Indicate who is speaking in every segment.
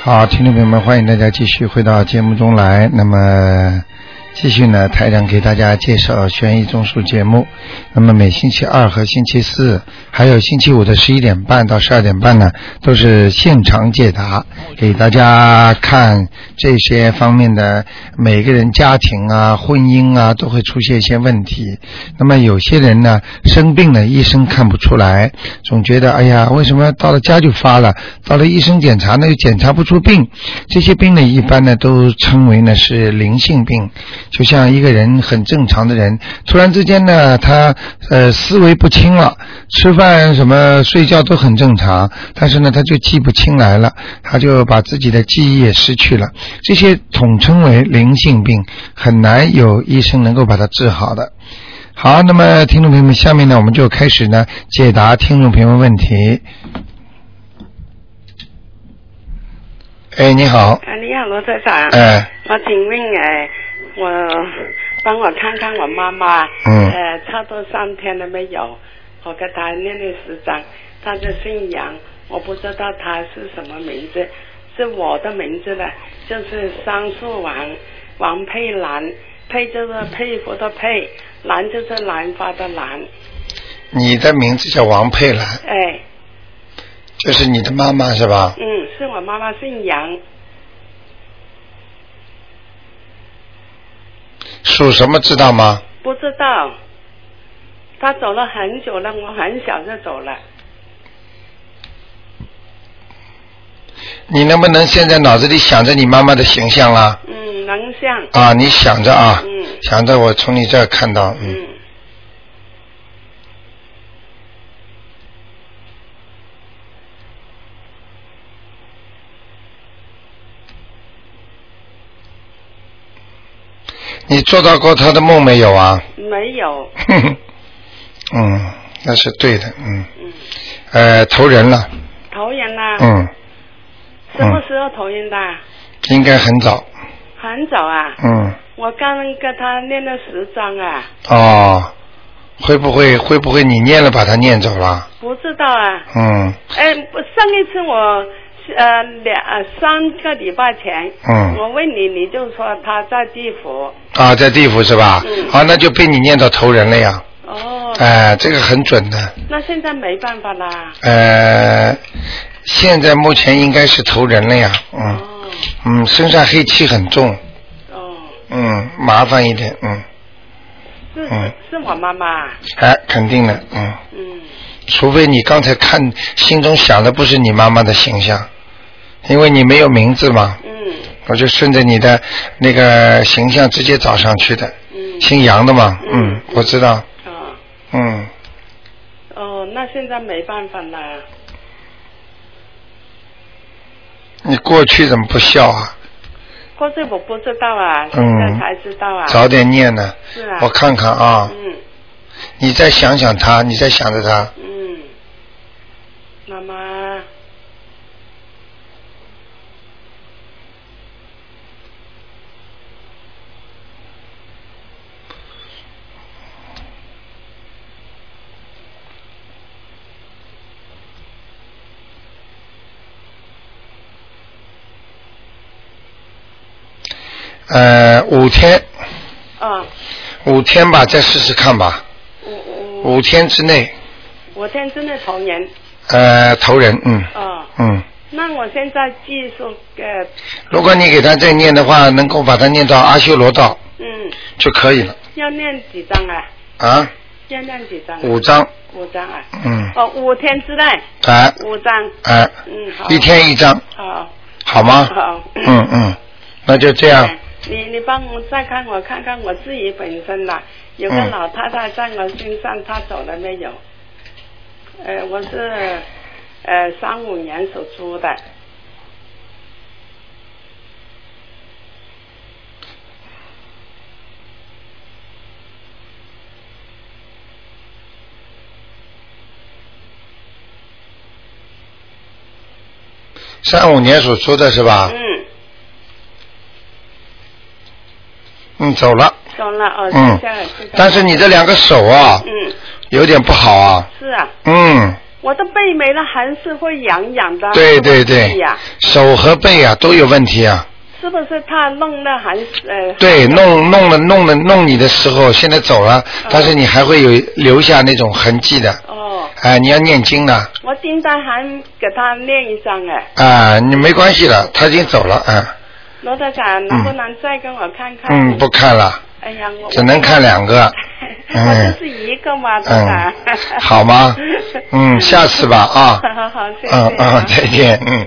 Speaker 1: 好，听众朋友们，欢迎大家继续回到节目中来。那么，继续呢，台长给大家介绍悬疑综述节目。那么每星期二和星期四，还有星期五的十一点半到十二点半呢，都是现场解答，给大家看这些方面的每个人家庭啊、婚姻啊都会出现一些问题。那么有些人呢生病了，医生看不出来，总觉得哎呀，为什么到了家就发了？到了医生检查呢又检查不出病，这些病呢一般呢都称为呢是灵性病，就像一个人很正常的人，突然之间呢他呃思维不清了，吃饭什么睡觉都很正常，但是呢他就记不清来了，他就把自己的记忆也失去了，这些统称为灵性病，很难有医生能够把它治好的。好，那么听众朋友们，下面呢，我们就开始呢解答听众朋友们问题。哎，你好，
Speaker 2: 啊，你好，罗台长。
Speaker 1: 哎，
Speaker 2: 我请问，哎、我帮我看看我妈妈。
Speaker 1: 嗯
Speaker 2: 呃，差不多三天了没有，我给她念念十张，她就姓杨，我不知道她是什么名字，是我的名字的，就是桑树王，王佩兰，佩就是佩服的佩，兰就是兰花的兰，
Speaker 1: 你的名字叫王佩兰，啊
Speaker 2: 哎，
Speaker 1: 就是你的妈妈是吧？
Speaker 2: 嗯，是我妈妈姓杨，
Speaker 1: 属什么知道吗？
Speaker 2: 不知道，她走了很久了，我很小就走了。
Speaker 1: 你能不能现在脑子里想着你妈妈的形象啊啦？
Speaker 2: 嗯，能像，
Speaker 1: 啊，你想着啊，
Speaker 2: 嗯
Speaker 1: 想着我从你这儿看到，嗯，
Speaker 2: 嗯，
Speaker 1: 你做到过她的梦没有啊？
Speaker 2: 没有，
Speaker 1: 哼哼，嗯，那是对的，嗯，
Speaker 2: 嗯，啊
Speaker 1: 呃，投人了，
Speaker 2: 投人啦、
Speaker 1: 嗯，
Speaker 2: 什么时候投人的？
Speaker 1: 应该很早，
Speaker 2: 很早啊，
Speaker 1: 嗯，
Speaker 2: 我刚跟他念了十章啊，
Speaker 1: 哦，会不会会不会你念了把它念走了？
Speaker 2: 不知道啊，
Speaker 1: 嗯
Speaker 2: 哎，不上一次我呃两呃三个礼拜前，
Speaker 1: 嗯，
Speaker 2: 我问你，你就说他在地府，
Speaker 1: 啊，在地府是吧？
Speaker 2: 嗯
Speaker 1: 啊，那就被你念到投人了呀，
Speaker 2: 哦，
Speaker 1: 哎、这个很准的，
Speaker 2: 那现在没办法啦，
Speaker 1: 呃，现在目前应该是投人了呀，嗯
Speaker 2: 哦，
Speaker 1: 嗯，身上黑气很重，
Speaker 2: 哦，
Speaker 1: 嗯，麻烦一点，嗯，
Speaker 2: 是
Speaker 1: 嗯
Speaker 2: 是是我妈妈啊，
Speaker 1: 哎，肯定的，嗯。
Speaker 2: 嗯，
Speaker 1: 除非你刚才看心中想的不是你妈妈的形象，因为你没有名字嘛，
Speaker 2: 嗯，
Speaker 1: 我就顺着你的那个形象直接找上去的，
Speaker 2: 嗯，
Speaker 1: 姓杨的嘛，
Speaker 2: 嗯
Speaker 1: 嗯，我知道，
Speaker 2: 哦，
Speaker 1: 嗯，
Speaker 2: 哦，那现在没办法啦。
Speaker 1: 你过去怎么不孝啊？
Speaker 2: 过去我不知道啊，现
Speaker 1: 嗯
Speaker 2: 在才知道啊。
Speaker 1: 早点念呢，
Speaker 2: 是啊。
Speaker 1: 我看看啊，
Speaker 2: 嗯
Speaker 1: 你再想想他，你再想着他，
Speaker 2: 嗯，妈妈，
Speaker 1: 呃，五天，
Speaker 2: 啊，
Speaker 1: 五天吧，再试试看吧，
Speaker 2: 我我
Speaker 1: 五天之内，
Speaker 2: 我现在真的童年
Speaker 1: 呃，投人，嗯，
Speaker 2: 啊，
Speaker 1: 嗯。
Speaker 2: 那我现在技术呃
Speaker 1: 如果你给他再念的话，能够把他念到阿修罗道
Speaker 2: 嗯，
Speaker 1: 就可以了
Speaker 2: 要念几张啊？
Speaker 1: 啊，
Speaker 2: 要念几张、啊？
Speaker 1: 五张，
Speaker 2: 五张啊？
Speaker 1: 嗯，
Speaker 2: 哦，五天之内
Speaker 1: 哎
Speaker 2: 五张。
Speaker 1: 哎，
Speaker 2: 嗯，好。
Speaker 1: 一。天一张，
Speaker 2: 好。
Speaker 1: 好吗？
Speaker 2: 好。
Speaker 1: 嗯嗯，那就这样，
Speaker 2: 哎你你帮我再看我看看我自己本身啦，有个
Speaker 1: 嗯
Speaker 2: 老太太在我身上，她走了没有？呃，我是呃三五年属猪的，
Speaker 1: 三五年属猪的是吧？
Speaker 2: 嗯，
Speaker 1: 嗯，走了，
Speaker 2: 走了哦，
Speaker 1: 嗯
Speaker 2: 谢谢谢谢。
Speaker 1: 但是你这两个手啊，
Speaker 2: 嗯
Speaker 1: 有点不好啊，
Speaker 2: 是啊，
Speaker 1: 嗯，
Speaker 2: 我的背没了，还是会痒痒的。
Speaker 1: 对对
Speaker 2: 是
Speaker 1: 对
Speaker 2: 呀，
Speaker 1: 手和背啊都有问题啊。
Speaker 2: 是不是他弄的还是呃？
Speaker 1: 对，弄弄了弄了弄你的时候，现在走了，但是你还会有留下那种痕迹的。
Speaker 2: 啊哦，
Speaker 1: 哎，你要念经的
Speaker 2: 我今天还给他念一张哎，
Speaker 1: 啊，你没关系的，他已经走了啊。
Speaker 2: 罗台长能不能再跟我看看？
Speaker 1: 嗯，不。看了，
Speaker 2: 哎呀，我
Speaker 1: 只能看两个。 哎
Speaker 2: 我就是一个嘛，对吧
Speaker 1: 嗯？，好 吗？嗯，下次吧啊。
Speaker 2: 好好好，谢谢啊
Speaker 1: 嗯嗯，再见，嗯。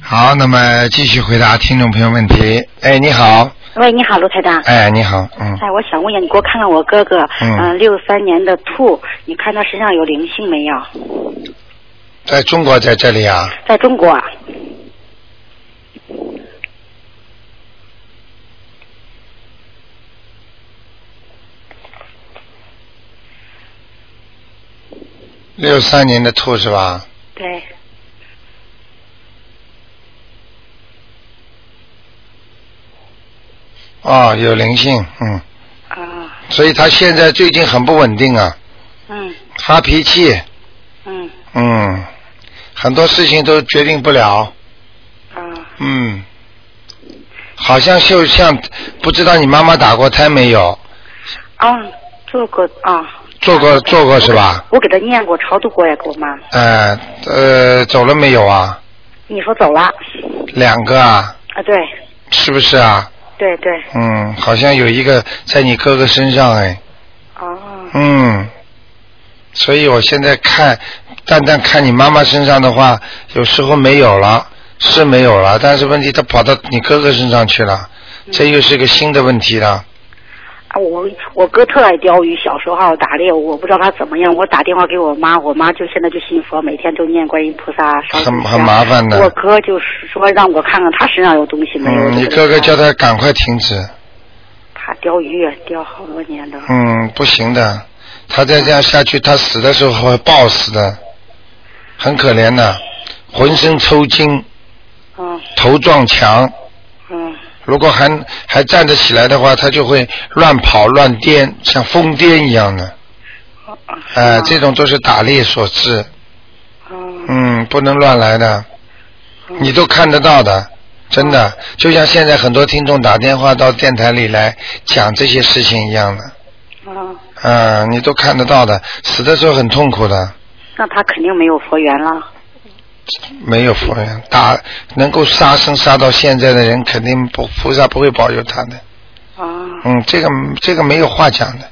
Speaker 1: 好，那么继续回答听众朋友问题。哎，你好，
Speaker 3: 喂，你好，卢台长。
Speaker 1: 哎，你好，嗯，
Speaker 3: 哎，我想问一下，你给我看看我哥哥，
Speaker 1: 嗯
Speaker 3: 嗯，六三年的兔，你看他身上有灵性没有？
Speaker 1: 在中国在这里啊，
Speaker 3: 在中国啊，
Speaker 1: 六三年的兔是吧？
Speaker 3: 对，
Speaker 1: 哦，有灵性，嗯，
Speaker 3: 啊，
Speaker 1: 所以他现在最近很不稳定啊，
Speaker 3: 嗯
Speaker 1: 发脾气，
Speaker 3: 嗯
Speaker 1: 嗯，很多事情都决定不了，
Speaker 3: 啊，
Speaker 1: 嗯，好像就像不知道你妈妈打过胎没有，
Speaker 3: 啊，做过啊，
Speaker 1: 做过做过是吧？
Speaker 3: 我给他念过超度过呀，给我妈。
Speaker 1: 呃呃，走了没有啊？
Speaker 3: 你说走了
Speaker 1: 两个啊，
Speaker 3: 啊？对
Speaker 1: 是不是啊？
Speaker 3: 对对，
Speaker 1: 嗯，好像有一个在你哥哥身上哎，
Speaker 3: 哦，
Speaker 1: 嗯，所以我现在看，单单看你妈妈身上的话，有时候没有了，是没有了，但是问题他跑到你哥哥身上去了，
Speaker 3: 嗯
Speaker 1: 这又是个新的问题
Speaker 3: 哦
Speaker 1: 了。
Speaker 3: 啊，我我哥特爱钓鱼，小时候还打猎，我不知道他怎么样。我打电话给我妈，我妈就现在就信佛，每天都念观音菩萨烧纸
Speaker 1: 很
Speaker 3: 香
Speaker 1: 很麻烦的
Speaker 3: 我哥就是说让我看看他身上有东西没有。
Speaker 1: 嗯，你哥哥叫他赶快停止，
Speaker 3: 他钓鱼也钓好多年了。
Speaker 1: 嗯，不行的，他再这样下去，他死的时候会暴死的，很可怜的，浑身抽筋，
Speaker 3: 嗯
Speaker 1: 头撞墙，
Speaker 3: 嗯
Speaker 1: 如果还还站得起来的话，他就会乱跑乱颠，像疯癫一样的。
Speaker 3: 啊
Speaker 1: 哎、这种都是打猎所致，
Speaker 3: 嗯
Speaker 1: 嗯，不能乱来的，你都看得到的，真的，
Speaker 3: 嗯
Speaker 1: 就像现在很多听众打电话到电台里来讲这些事情一样的，
Speaker 3: 嗯，
Speaker 1: 啊、你都看得到的，死的时候很痛苦的，
Speaker 3: 那他肯定没有佛缘了。
Speaker 1: 没有佛缘，打能够杀生杀到现在的人，肯定不菩萨不会保佑他的，
Speaker 3: 啊，
Speaker 1: 嗯，这个这个没有话讲的，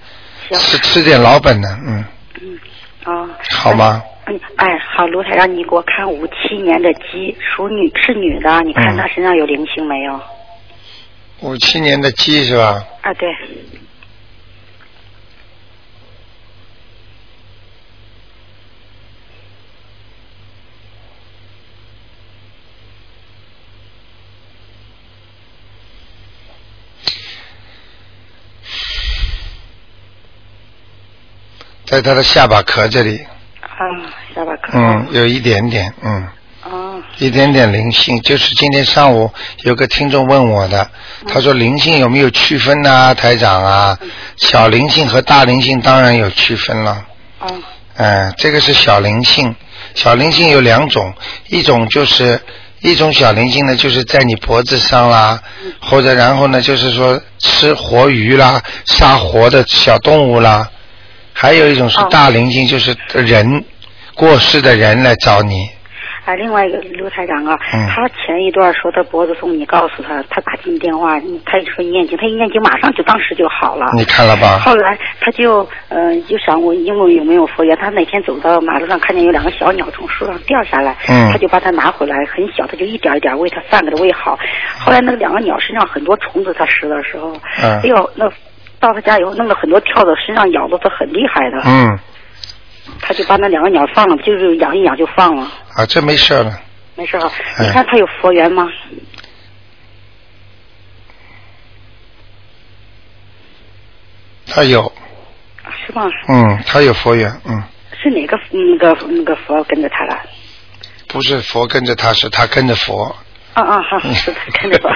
Speaker 3: 行，
Speaker 1: 吃吃点老本的，嗯，
Speaker 3: 啊，
Speaker 1: 好吗？
Speaker 3: 嗯，哎，好，卢台让你给我看五七年的鸡，属女是女的，啊你
Speaker 1: 嗯
Speaker 3: 看她身上有灵性没有？
Speaker 1: 五七年的鸡是吧？
Speaker 3: 啊，对，
Speaker 1: 在他的下巴壳这里，
Speaker 3: 啊，下巴壳，
Speaker 1: 嗯，有一点点，嗯。
Speaker 3: 啊，
Speaker 1: 一点点灵性，就是今天上午有个听众问我的，
Speaker 3: 嗯
Speaker 1: 他说灵性有没有区分呐、台长啊，小灵性和大灵性当然有区分了。
Speaker 3: 啊，
Speaker 1: 嗯，这个是小灵性，小灵性有两种，一种就是一种小灵性呢，就是在你脖子上啦，或者然后呢，就是说吃活鱼啦、杀活的小动物啦，还有一种是
Speaker 3: 哦
Speaker 1: 大灵性，就是人过世的人来找你。
Speaker 3: 哎，另外一个刘台长啊，
Speaker 1: 嗯
Speaker 3: 他前一段说他脖子痛，你告诉他，他打进电话，你他说念经，他一念经马上就当时就好了。
Speaker 1: 你看了吧？
Speaker 3: 后来他就呃就想我因为有没有佛缘，他那天走到马路上看见有两个小鸟从树上掉下来，
Speaker 1: 嗯
Speaker 3: 他就把它拿回来，很小，他就一点一点喂它饭给它喂好。后来那两个鸟身上很多虫子，他拾的时候，
Speaker 1: 嗯
Speaker 3: 哎呦那。到他家以后，弄了很多跳蚤，身上咬的他很厉害的，
Speaker 1: 嗯，
Speaker 3: 他就把那两个鸟放了，就是养一养就放了，
Speaker 1: 啊，这没事了。
Speaker 3: 没事哈。
Speaker 1: 哎
Speaker 3: 你看他有佛缘吗？
Speaker 1: 他有，
Speaker 3: 是吗？
Speaker 1: 嗯，他有佛缘，嗯，
Speaker 3: 是哪个那个那个佛跟着他了？
Speaker 1: 不是佛跟着他，是他跟着佛。
Speaker 3: 啊啊，好，
Speaker 1: 嗯
Speaker 3: 是他跟着佛。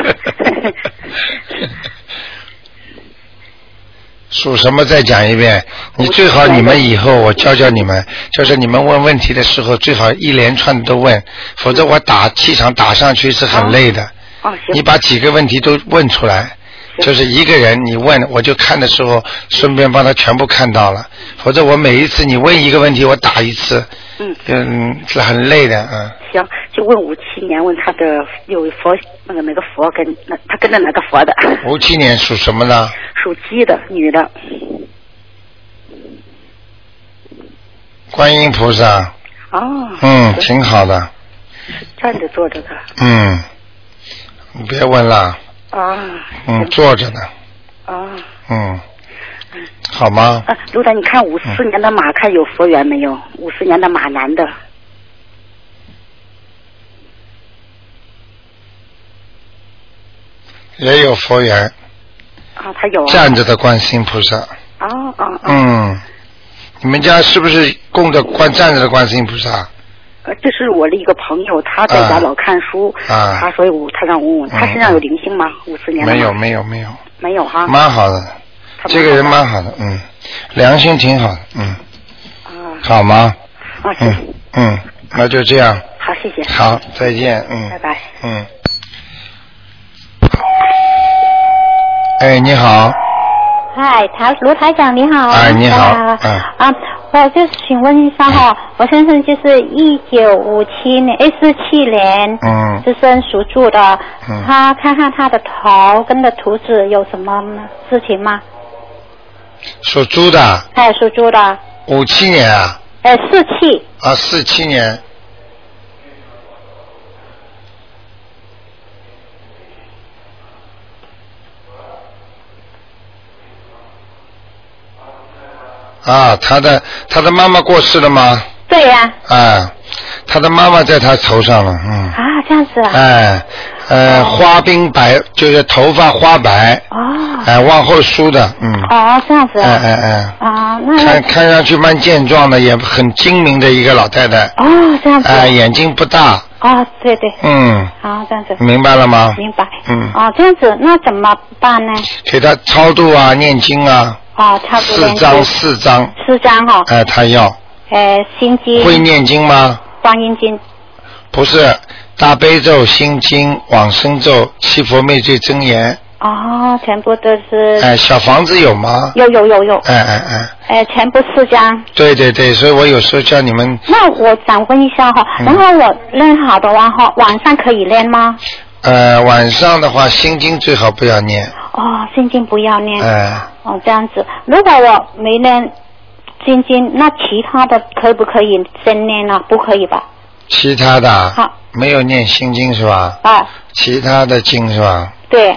Speaker 1: 属什么再讲一遍。你最好你们以后我教教你们，就是你们问问题的时候最好一连串都问，否则我打气场打上去是很累的。
Speaker 3: 哦，
Speaker 1: 你
Speaker 3: 行，
Speaker 1: 把几个问题都问出来，就是一个人你问，我就看的时候顺便帮他全部看到了，否则我每一次你问一个问题，我打一次，
Speaker 3: 嗯，
Speaker 1: 嗯，是很累的，嗯。
Speaker 3: 行，就问五七年，问他的有佛那个哪个佛跟那他跟着哪个佛的，
Speaker 1: 五七年属什么呢？
Speaker 3: 属鸡的女的，
Speaker 1: 观音菩萨，
Speaker 3: 哦，
Speaker 1: 嗯，
Speaker 3: 行
Speaker 1: 挺好的，
Speaker 3: 站着坐着的，
Speaker 1: 嗯，你别问了，
Speaker 3: 啊，
Speaker 1: 嗯，
Speaker 3: 行
Speaker 1: 坐着呢，
Speaker 3: 啊，
Speaker 1: 嗯，好吗？
Speaker 3: 啊，卢丹，你看五
Speaker 1: 嗯
Speaker 3: 四年的马看有佛缘没有？五四年的马男的，
Speaker 1: 也有佛缘，
Speaker 3: 啊，他有啊，
Speaker 1: 站着的观世音菩萨，
Speaker 3: 哦哦哦，
Speaker 1: 嗯，你们家是不是供着观站着的观世音菩萨？
Speaker 3: 呃这是我的一个朋友，他在
Speaker 1: 啊
Speaker 3: 家老看书，
Speaker 1: 啊
Speaker 3: 他所以我他让我问问，他
Speaker 1: 嗯
Speaker 3: 身上有灵性吗？五四年的
Speaker 1: 没有，
Speaker 3: 马
Speaker 1: 没有，没有，
Speaker 3: 没有哈，
Speaker 1: 蛮好的，
Speaker 3: 他
Speaker 1: 这个人
Speaker 3: 吗？
Speaker 1: 蛮好的，嗯，良心挺好的，嗯，
Speaker 3: 啊
Speaker 1: 好吗？
Speaker 3: 啊，谢谢
Speaker 1: 嗯，嗯，那就这样，
Speaker 3: 好，谢谢，
Speaker 1: 好，再见，嗯，
Speaker 3: 拜拜。
Speaker 1: 嗯。哎，你好，
Speaker 4: 嗨，台卢台长你好。
Speaker 1: 哎嗯你好
Speaker 4: 啊
Speaker 1: 嗯
Speaker 4: 啊，我就是请问一下哈、我先生就是一九五七年，一四七年，
Speaker 1: 嗯
Speaker 4: 是生属猪的。
Speaker 1: 嗯
Speaker 4: 他看看他的头跟的图纸有什么事情吗？
Speaker 1: 属猪的，
Speaker 4: 他也属猪的，
Speaker 1: 五七年啊，
Speaker 4: 呃，四气
Speaker 1: 啊，四七年，啊，他的他的妈妈过世了吗？
Speaker 4: 对呀、
Speaker 1: 啊，他的妈妈在他头上了，嗯
Speaker 4: 啊，，这样子啊，
Speaker 1: 哎，呃，花冰白就是头发花白，
Speaker 4: 哦，
Speaker 1: 哎，往后梳的，嗯，
Speaker 4: 哦，这样子
Speaker 1: 哎
Speaker 4: 啊，
Speaker 1: 哎哎，
Speaker 4: 啊，
Speaker 1: 看
Speaker 4: 那
Speaker 1: 看上去蛮健壮的，也很精明的一个老太太，
Speaker 4: 哦，这样子，
Speaker 1: 哎，眼睛不大，
Speaker 4: 哦，对对，
Speaker 1: 嗯，
Speaker 4: 啊，这样子，
Speaker 1: 明白了吗？
Speaker 4: 明白，
Speaker 1: 嗯
Speaker 4: 哦，这样子，那怎么办呢？
Speaker 1: 给她超度啊，念经啊，
Speaker 4: 哦，差不多
Speaker 1: 四张四张，
Speaker 4: 四张哈、
Speaker 1: 哎，她要
Speaker 4: 呃，心经、
Speaker 1: 会念经吗？
Speaker 4: 观音经，
Speaker 1: 不是，大悲咒、心经、往生咒、七佛灭罪真言，
Speaker 4: 哦，全部都是，
Speaker 1: 哎，小房子有吗？
Speaker 4: 有有有有，
Speaker 1: 哎哎哎。
Speaker 4: 呃，全部四张。
Speaker 1: 对对对，所以我有时候叫你们
Speaker 4: 那我想问一下哈、
Speaker 1: 嗯
Speaker 4: 然后我练好的话哈，晚上可以练吗？
Speaker 1: 呃晚上的话，心经最好不要念，
Speaker 4: 哦，心经不要练，
Speaker 1: 呃，
Speaker 4: 哦这样子。如果我没练心经，那其他的可不可以先练呢？不可以吧？
Speaker 1: 其他的啊
Speaker 4: 好
Speaker 1: 没有念心经是吧？
Speaker 4: 啊，
Speaker 1: 其他的经是吧？
Speaker 4: 对，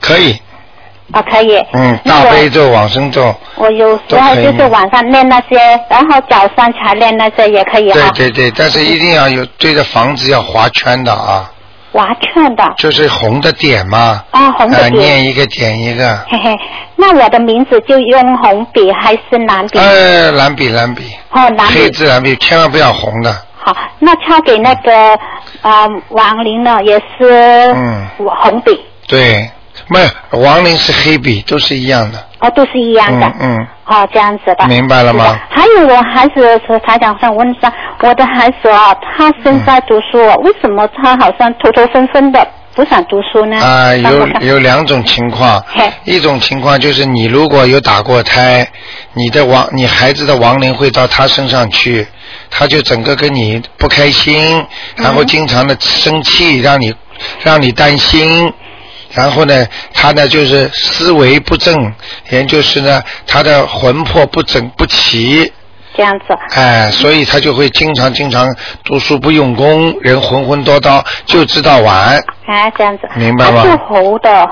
Speaker 1: 可以，
Speaker 4: 啊可以。
Speaker 1: 嗯，
Speaker 4: 那
Speaker 1: 大
Speaker 4: 我
Speaker 1: 悲咒、往生咒，
Speaker 4: 我有时
Speaker 1: 都
Speaker 4: 候就
Speaker 1: 可以
Speaker 4: 是晚上练那些，然后早上才练那些也可以啊
Speaker 1: 对
Speaker 4: 哈。
Speaker 1: 对对，但是一定要有对着房子要划圈的啊，
Speaker 4: 娃劝的
Speaker 1: 就是红的点嘛，
Speaker 4: 啊，红
Speaker 1: 呃，
Speaker 4: 的点。
Speaker 1: 念一个点一个，
Speaker 4: 嘿嘿，那我的名字就用红笔还是蓝笔？
Speaker 1: 呃，蓝笔蓝笔，
Speaker 4: 哦，蓝
Speaker 1: 黑
Speaker 4: 笔。
Speaker 1: 字蓝笔，千万不要红的，
Speaker 4: 好，那抄给那个啊、呃王林呢，也是
Speaker 1: 嗯
Speaker 4: 红笔，
Speaker 1: 对，没有亡灵是黑笔，都是一样的，
Speaker 4: 哦，都是一样
Speaker 1: 嗯
Speaker 4: 的。
Speaker 1: 嗯，
Speaker 4: 哦，这样子的。
Speaker 1: 明白了吗
Speaker 4: 是的还有我孩子是台长想问一下，我的孩子啊，他现
Speaker 1: 嗯
Speaker 4: 在读书，啊，为什么他好像头头昏昏的，不想读书呢？
Speaker 1: 啊、
Speaker 4: 让
Speaker 1: 有
Speaker 4: 我看
Speaker 1: 有两种情况
Speaker 4: 嘿，
Speaker 1: 一种情况就是你如果有打过胎，你的亡你孩子的亡灵会到他身上去，他就整个跟你不开心，然后经常的生气，让你让你担心。然后呢，他呢就是思维不正，也就是呢他的魂魄不整不齐，
Speaker 4: 这样子。
Speaker 1: 哎，所以他就会经常经常读书不用功，人浑浑叨叨，就知道玩。
Speaker 4: 啊，这样子，
Speaker 1: 明白吗
Speaker 4: 他是猴的，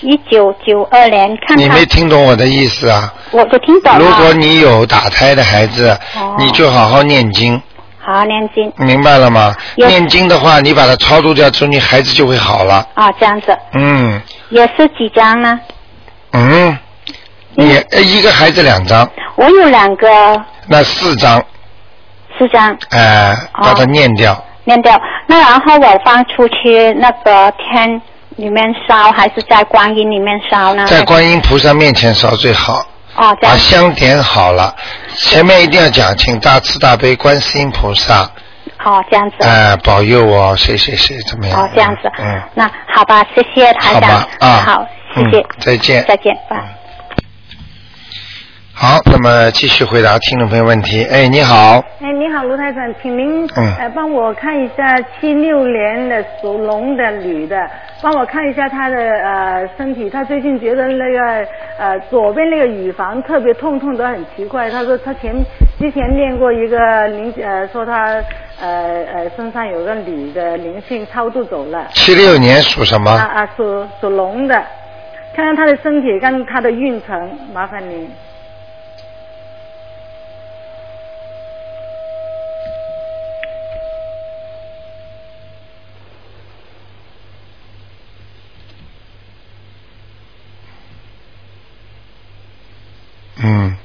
Speaker 4: 一九九二年，看
Speaker 1: 你
Speaker 4: 看
Speaker 1: 没听懂我的意思啊？
Speaker 4: 我我听懂了。
Speaker 1: 如果你有打胎的孩子，
Speaker 4: 哦
Speaker 1: 你就好好念经，
Speaker 4: 好念经
Speaker 1: 明白了吗？
Speaker 4: 有
Speaker 1: 念经的话，你把它超度掉之后，你孩子就会好了。
Speaker 4: 啊，这样子
Speaker 1: 嗯
Speaker 4: 也是几张呢？
Speaker 1: 嗯，你呃一个孩子两张，
Speaker 4: 我有两个
Speaker 1: 那四张，
Speaker 4: 四张
Speaker 1: 哎、
Speaker 4: 哦
Speaker 1: 把它念掉。
Speaker 4: 念掉，那然后我放出去那个天里面烧，还是在观音里面烧呢？
Speaker 1: 在观音啊菩萨面前烧最好，
Speaker 4: 哦，这
Speaker 1: 把
Speaker 4: 样
Speaker 1: 香点好了。前面一定要讲，请大慈大悲观世音菩萨，
Speaker 4: 哦，这样子。
Speaker 1: 哎、保佑我谁谁谁怎么样？
Speaker 4: 哦，这样子。
Speaker 1: 嗯，
Speaker 4: 那好吧，谢谢台
Speaker 1: 好
Speaker 4: 长
Speaker 1: 吧。啊，
Speaker 4: 好，谢
Speaker 1: 嗯
Speaker 4: 谢。
Speaker 1: 再见。
Speaker 4: 再见，拜。
Speaker 1: 好，那么继续回答听众朋友问题。哎，你好，
Speaker 5: 哎，你好，卢台长，请您、
Speaker 1: 嗯
Speaker 5: 呃帮我看一下七六年的属龙的女的，帮我看一下她的呃身体，她最近觉得那个呃左边那个乳房特别痛，痛得很奇怪。她说她前之前练过一个灵呃说她呃呃身上有个女的灵性超度走了，
Speaker 1: 七六年属什么？
Speaker 5: 啊啊属属龙的，看看她的身体跟她的运程，麻烦您。
Speaker 1: 嗯，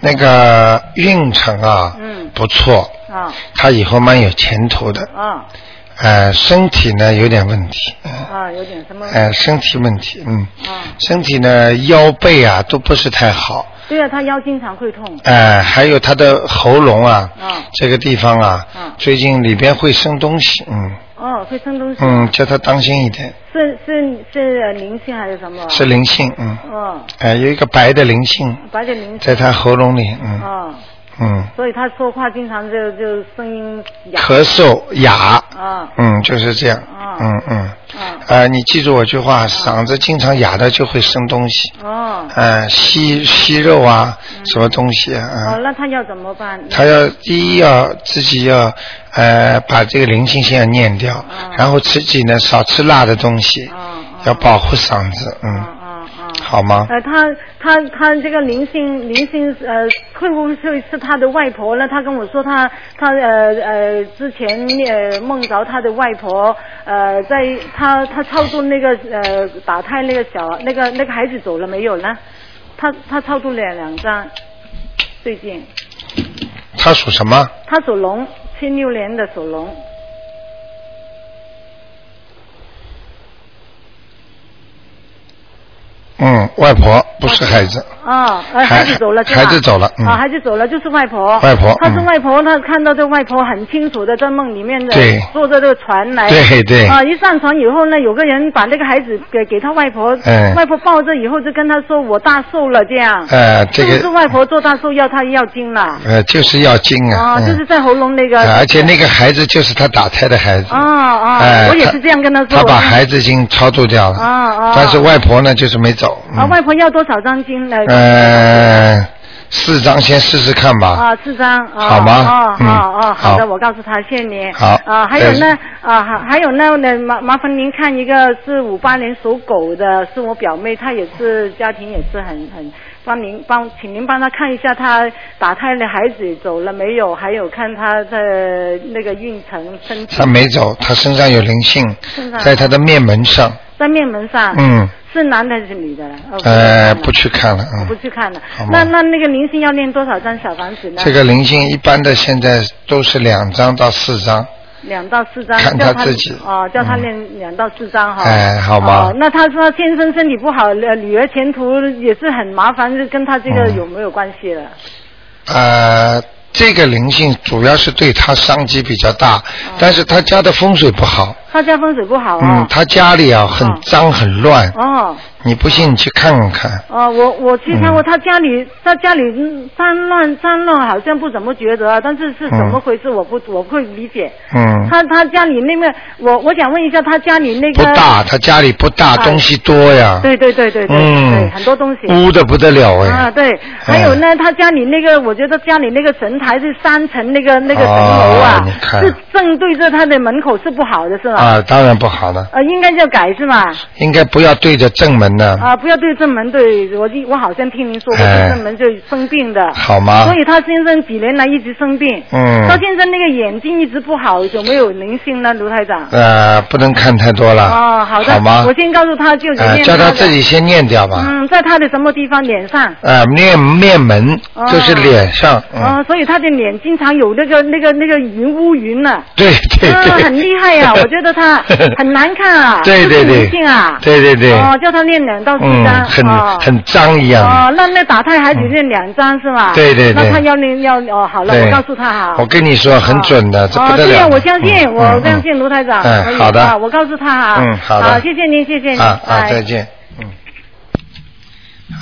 Speaker 1: 那个运程啊，
Speaker 5: 嗯
Speaker 1: 不错，
Speaker 4: 哦
Speaker 5: 啊
Speaker 1: 他以后蛮有前途的。
Speaker 5: 啊
Speaker 1: 呃，身体呢有点问题，嗯
Speaker 5: 啊，有点什么？
Speaker 1: 呃，身体问题，嗯，
Speaker 4: 哦
Speaker 5: 啊，
Speaker 1: 身体呢腰背啊都不是太好，
Speaker 5: 对啊，她腰经常会痛。
Speaker 1: 呃，还有他的喉咙啊，
Speaker 4: 哦
Speaker 5: 嗯
Speaker 1: 这个地方啊，
Speaker 5: 嗯
Speaker 1: 最近里边会生东西，嗯
Speaker 5: 哦，会生东西。
Speaker 1: 嗯，叫他当心一点，
Speaker 5: 是是是呃灵性还是什么？
Speaker 1: 是。灵性，嗯，
Speaker 5: 哦，
Speaker 1: 呃，有一个白的灵性
Speaker 5: 白的灵性。
Speaker 1: 在他喉咙里，嗯
Speaker 5: 哦，
Speaker 1: 嗯，
Speaker 5: 所以他说话经常就就声音哑。
Speaker 1: 咳嗽哑，
Speaker 5: 啊
Speaker 1: 嗯，就是这样，嗯
Speaker 5: 嗯
Speaker 1: 嗯，
Speaker 5: 啊
Speaker 1: 呃，你记住我句话，嗓子经常哑的就会生东西，
Speaker 5: 哦嗯
Speaker 1: 呃，吸吸肉啊，什么东西啊？
Speaker 5: 哦，
Speaker 1: 啊
Speaker 5: 那他要怎么办？
Speaker 1: 他要第一要自己要呃把这个灵性先要念掉，然后自己呢少吃辣的东西，
Speaker 5: 哦
Speaker 1: 要保护嗓子，
Speaker 5: 哦
Speaker 1: 嗯，
Speaker 5: 哦哦。
Speaker 1: 好吗？
Speaker 5: 呃，他他他这个灵性灵性呃，会不会是是他的外婆呢？他跟我说他他呃呃之前呃梦着他的外婆呃，在他他操作那个呃打胎那个小那个那个孩子走了没有呢？他他操作了两张，最近
Speaker 1: 他属什么？
Speaker 5: 他属龙，七六年的属龙。
Speaker 1: 嗯，外婆不是孩子，
Speaker 5: 啊，呃，
Speaker 1: 孩
Speaker 5: 孩子走了，是吧
Speaker 1: 孩子走了嗯
Speaker 5: 啊，孩子走了，就是外婆。
Speaker 1: 外婆
Speaker 5: 她是
Speaker 1: 嗯
Speaker 5: 外婆，她看到这外婆很清楚的，在梦里面的
Speaker 1: 对
Speaker 5: 坐着这个船来。
Speaker 1: 对对
Speaker 5: 啊，一上船以后呢，有个人把那个孩子给给他外婆，
Speaker 1: 嗯
Speaker 5: 外婆抱着以后就跟他说：“我大寿了。”这样。
Speaker 1: 呃，这
Speaker 5: 是不是
Speaker 1: 个
Speaker 5: 外婆做大寿要他要经了？
Speaker 1: 呃就是要精啊，
Speaker 5: 啊，
Speaker 1: 嗯
Speaker 5: 就是在喉咙那个。
Speaker 1: 呃而且那个孩子就是他打胎的孩子，
Speaker 5: 啊啊
Speaker 1: 哎，
Speaker 5: 我也是这样跟他说。
Speaker 1: 他把
Speaker 5: 我说
Speaker 1: 孩子已经超度掉了，
Speaker 5: 啊啊
Speaker 1: 但是外婆呢就是没走，
Speaker 5: 啊，
Speaker 1: 嗯哎
Speaker 5: 外婆要多少张经来？
Speaker 1: 呃，四张先试试看吧。
Speaker 5: 啊，智商啊，
Speaker 1: 好吗
Speaker 5: 哦
Speaker 1: 嗯
Speaker 5: 哦哦，好
Speaker 1: 好
Speaker 5: 的，我告诉他，谢谢你。
Speaker 1: 好
Speaker 5: 啊，还有
Speaker 1: 再
Speaker 5: 呢，啊，还还有呢，那麻麻烦您看一个是五八年属狗的，是我表妹，她也是家庭也是很很，帮您帮，请您帮她看一下她打胎的孩子走了没有，还有看她的那个运程身体
Speaker 1: 他没走，他身上有灵性
Speaker 5: 身上，哦
Speaker 1: 在他的面门上。
Speaker 5: 在面门上，
Speaker 1: 嗯，
Speaker 5: 是男的还是女的？哦
Speaker 1: 呃，
Speaker 5: 不
Speaker 1: 不去看了，
Speaker 5: 我不
Speaker 1: 嗯。
Speaker 5: 去看了
Speaker 1: 好。吗
Speaker 5: 那那那个灵性要念多少张小房子呢？
Speaker 1: 这个灵性一般的现在都是两张到四张，
Speaker 5: 两到四张，
Speaker 1: 看
Speaker 5: 叫
Speaker 1: 他自己
Speaker 5: 哦，叫他
Speaker 1: 嗯
Speaker 5: 练两到四张哈。
Speaker 1: 哎好吗
Speaker 5: 哦，那他说先生身体不好，呃，女儿前途也是很麻烦，就跟他这个
Speaker 1: 嗯
Speaker 5: 有没有关系了？
Speaker 1: 呃，这个灵性主要是对他伤及比较
Speaker 5: 哦
Speaker 1: 大，但是他家的风水不好，
Speaker 5: 他家风水不好
Speaker 1: 嗯
Speaker 5: 啊，。
Speaker 1: 他家里啊很脏很乱，
Speaker 5: 哦
Speaker 1: 你不信你去看看看，
Speaker 5: 哦，我我去看
Speaker 1: 嗯
Speaker 5: 过他家里，他家里嗯脏乱脏乱，好像不怎么觉得，啊但是是怎么回事？我不我不会理解。
Speaker 1: 嗯，
Speaker 5: 他他家里那个，我我想问一下，他家里那
Speaker 1: 不
Speaker 5: 个，
Speaker 1: 大，他家里不大，
Speaker 5: 哎
Speaker 1: 东西多呀，
Speaker 5: 对对对对对，
Speaker 1: 嗯
Speaker 5: 对很多东西。
Speaker 1: 污的不得了哎，
Speaker 5: 啊，对，还有呢，他家里那个，我觉得家里那个神台是三层那个那个神楼
Speaker 1: 哦
Speaker 5: 啊
Speaker 1: 你，看
Speaker 5: 是正对着他的门口是不好的，是吧？
Speaker 1: 啊，当然不好了。
Speaker 5: 呃，应该要改是吧？
Speaker 1: 应该不要对着正门呢，
Speaker 5: 啊，不要对正门对，我记我好像听您说过，
Speaker 1: 哎
Speaker 5: 对正门就生病的。
Speaker 1: 好吗
Speaker 5: 所？以他先生几年来一直生病。
Speaker 1: 嗯
Speaker 5: 他先生那个眼睛一直不好，有没有灵性呢，卢台长？
Speaker 1: 呃，不能看太多了。
Speaker 5: 哦，好的，
Speaker 1: 吗
Speaker 5: 我？先告诉他，就是
Speaker 1: 呃，
Speaker 5: 念
Speaker 1: 叫
Speaker 5: 他
Speaker 1: 他
Speaker 5: 的
Speaker 1: 自。己先念掉吧。
Speaker 5: 嗯，在他的什么地方？脸上。
Speaker 1: 呃，面面门
Speaker 5: 哦
Speaker 1: 就是脸上，
Speaker 5: 啊，
Speaker 1: 嗯，
Speaker 5: 所以他的脸经常有那个那个那个云乌云呢、
Speaker 1: 对对
Speaker 5: 啊，
Speaker 1: 对，
Speaker 5: 很厉害呀、我觉得着他，很难看啊，
Speaker 1: 对对
Speaker 5: 是不是
Speaker 1: 对
Speaker 5: 灵性啊，
Speaker 1: 对对对
Speaker 5: 哦，叫他念两到四
Speaker 1: 嗯
Speaker 5: 张，，
Speaker 1: 很
Speaker 5: 哦
Speaker 1: 很脏一样。嗯
Speaker 5: 哦，那那打胎还得念两张是吧？
Speaker 1: 对对对
Speaker 5: 那他要念要哦，好了，
Speaker 1: 对
Speaker 5: 我告诉他哈。
Speaker 1: 我跟你说，很准的，这
Speaker 5: 哦
Speaker 1: 不，得
Speaker 5: 对呀，
Speaker 1: 了。
Speaker 5: 我相信，
Speaker 1: 嗯
Speaker 5: 我
Speaker 1: 嗯
Speaker 5: 相信卢台长。
Speaker 1: 嗯
Speaker 5: 可以
Speaker 1: 好的
Speaker 5: 啊我告诉他啊。
Speaker 1: 嗯好的
Speaker 5: 谢谢您，谢谢您。
Speaker 1: 啊啊，
Speaker 5: 拜
Speaker 1: 再见。嗯。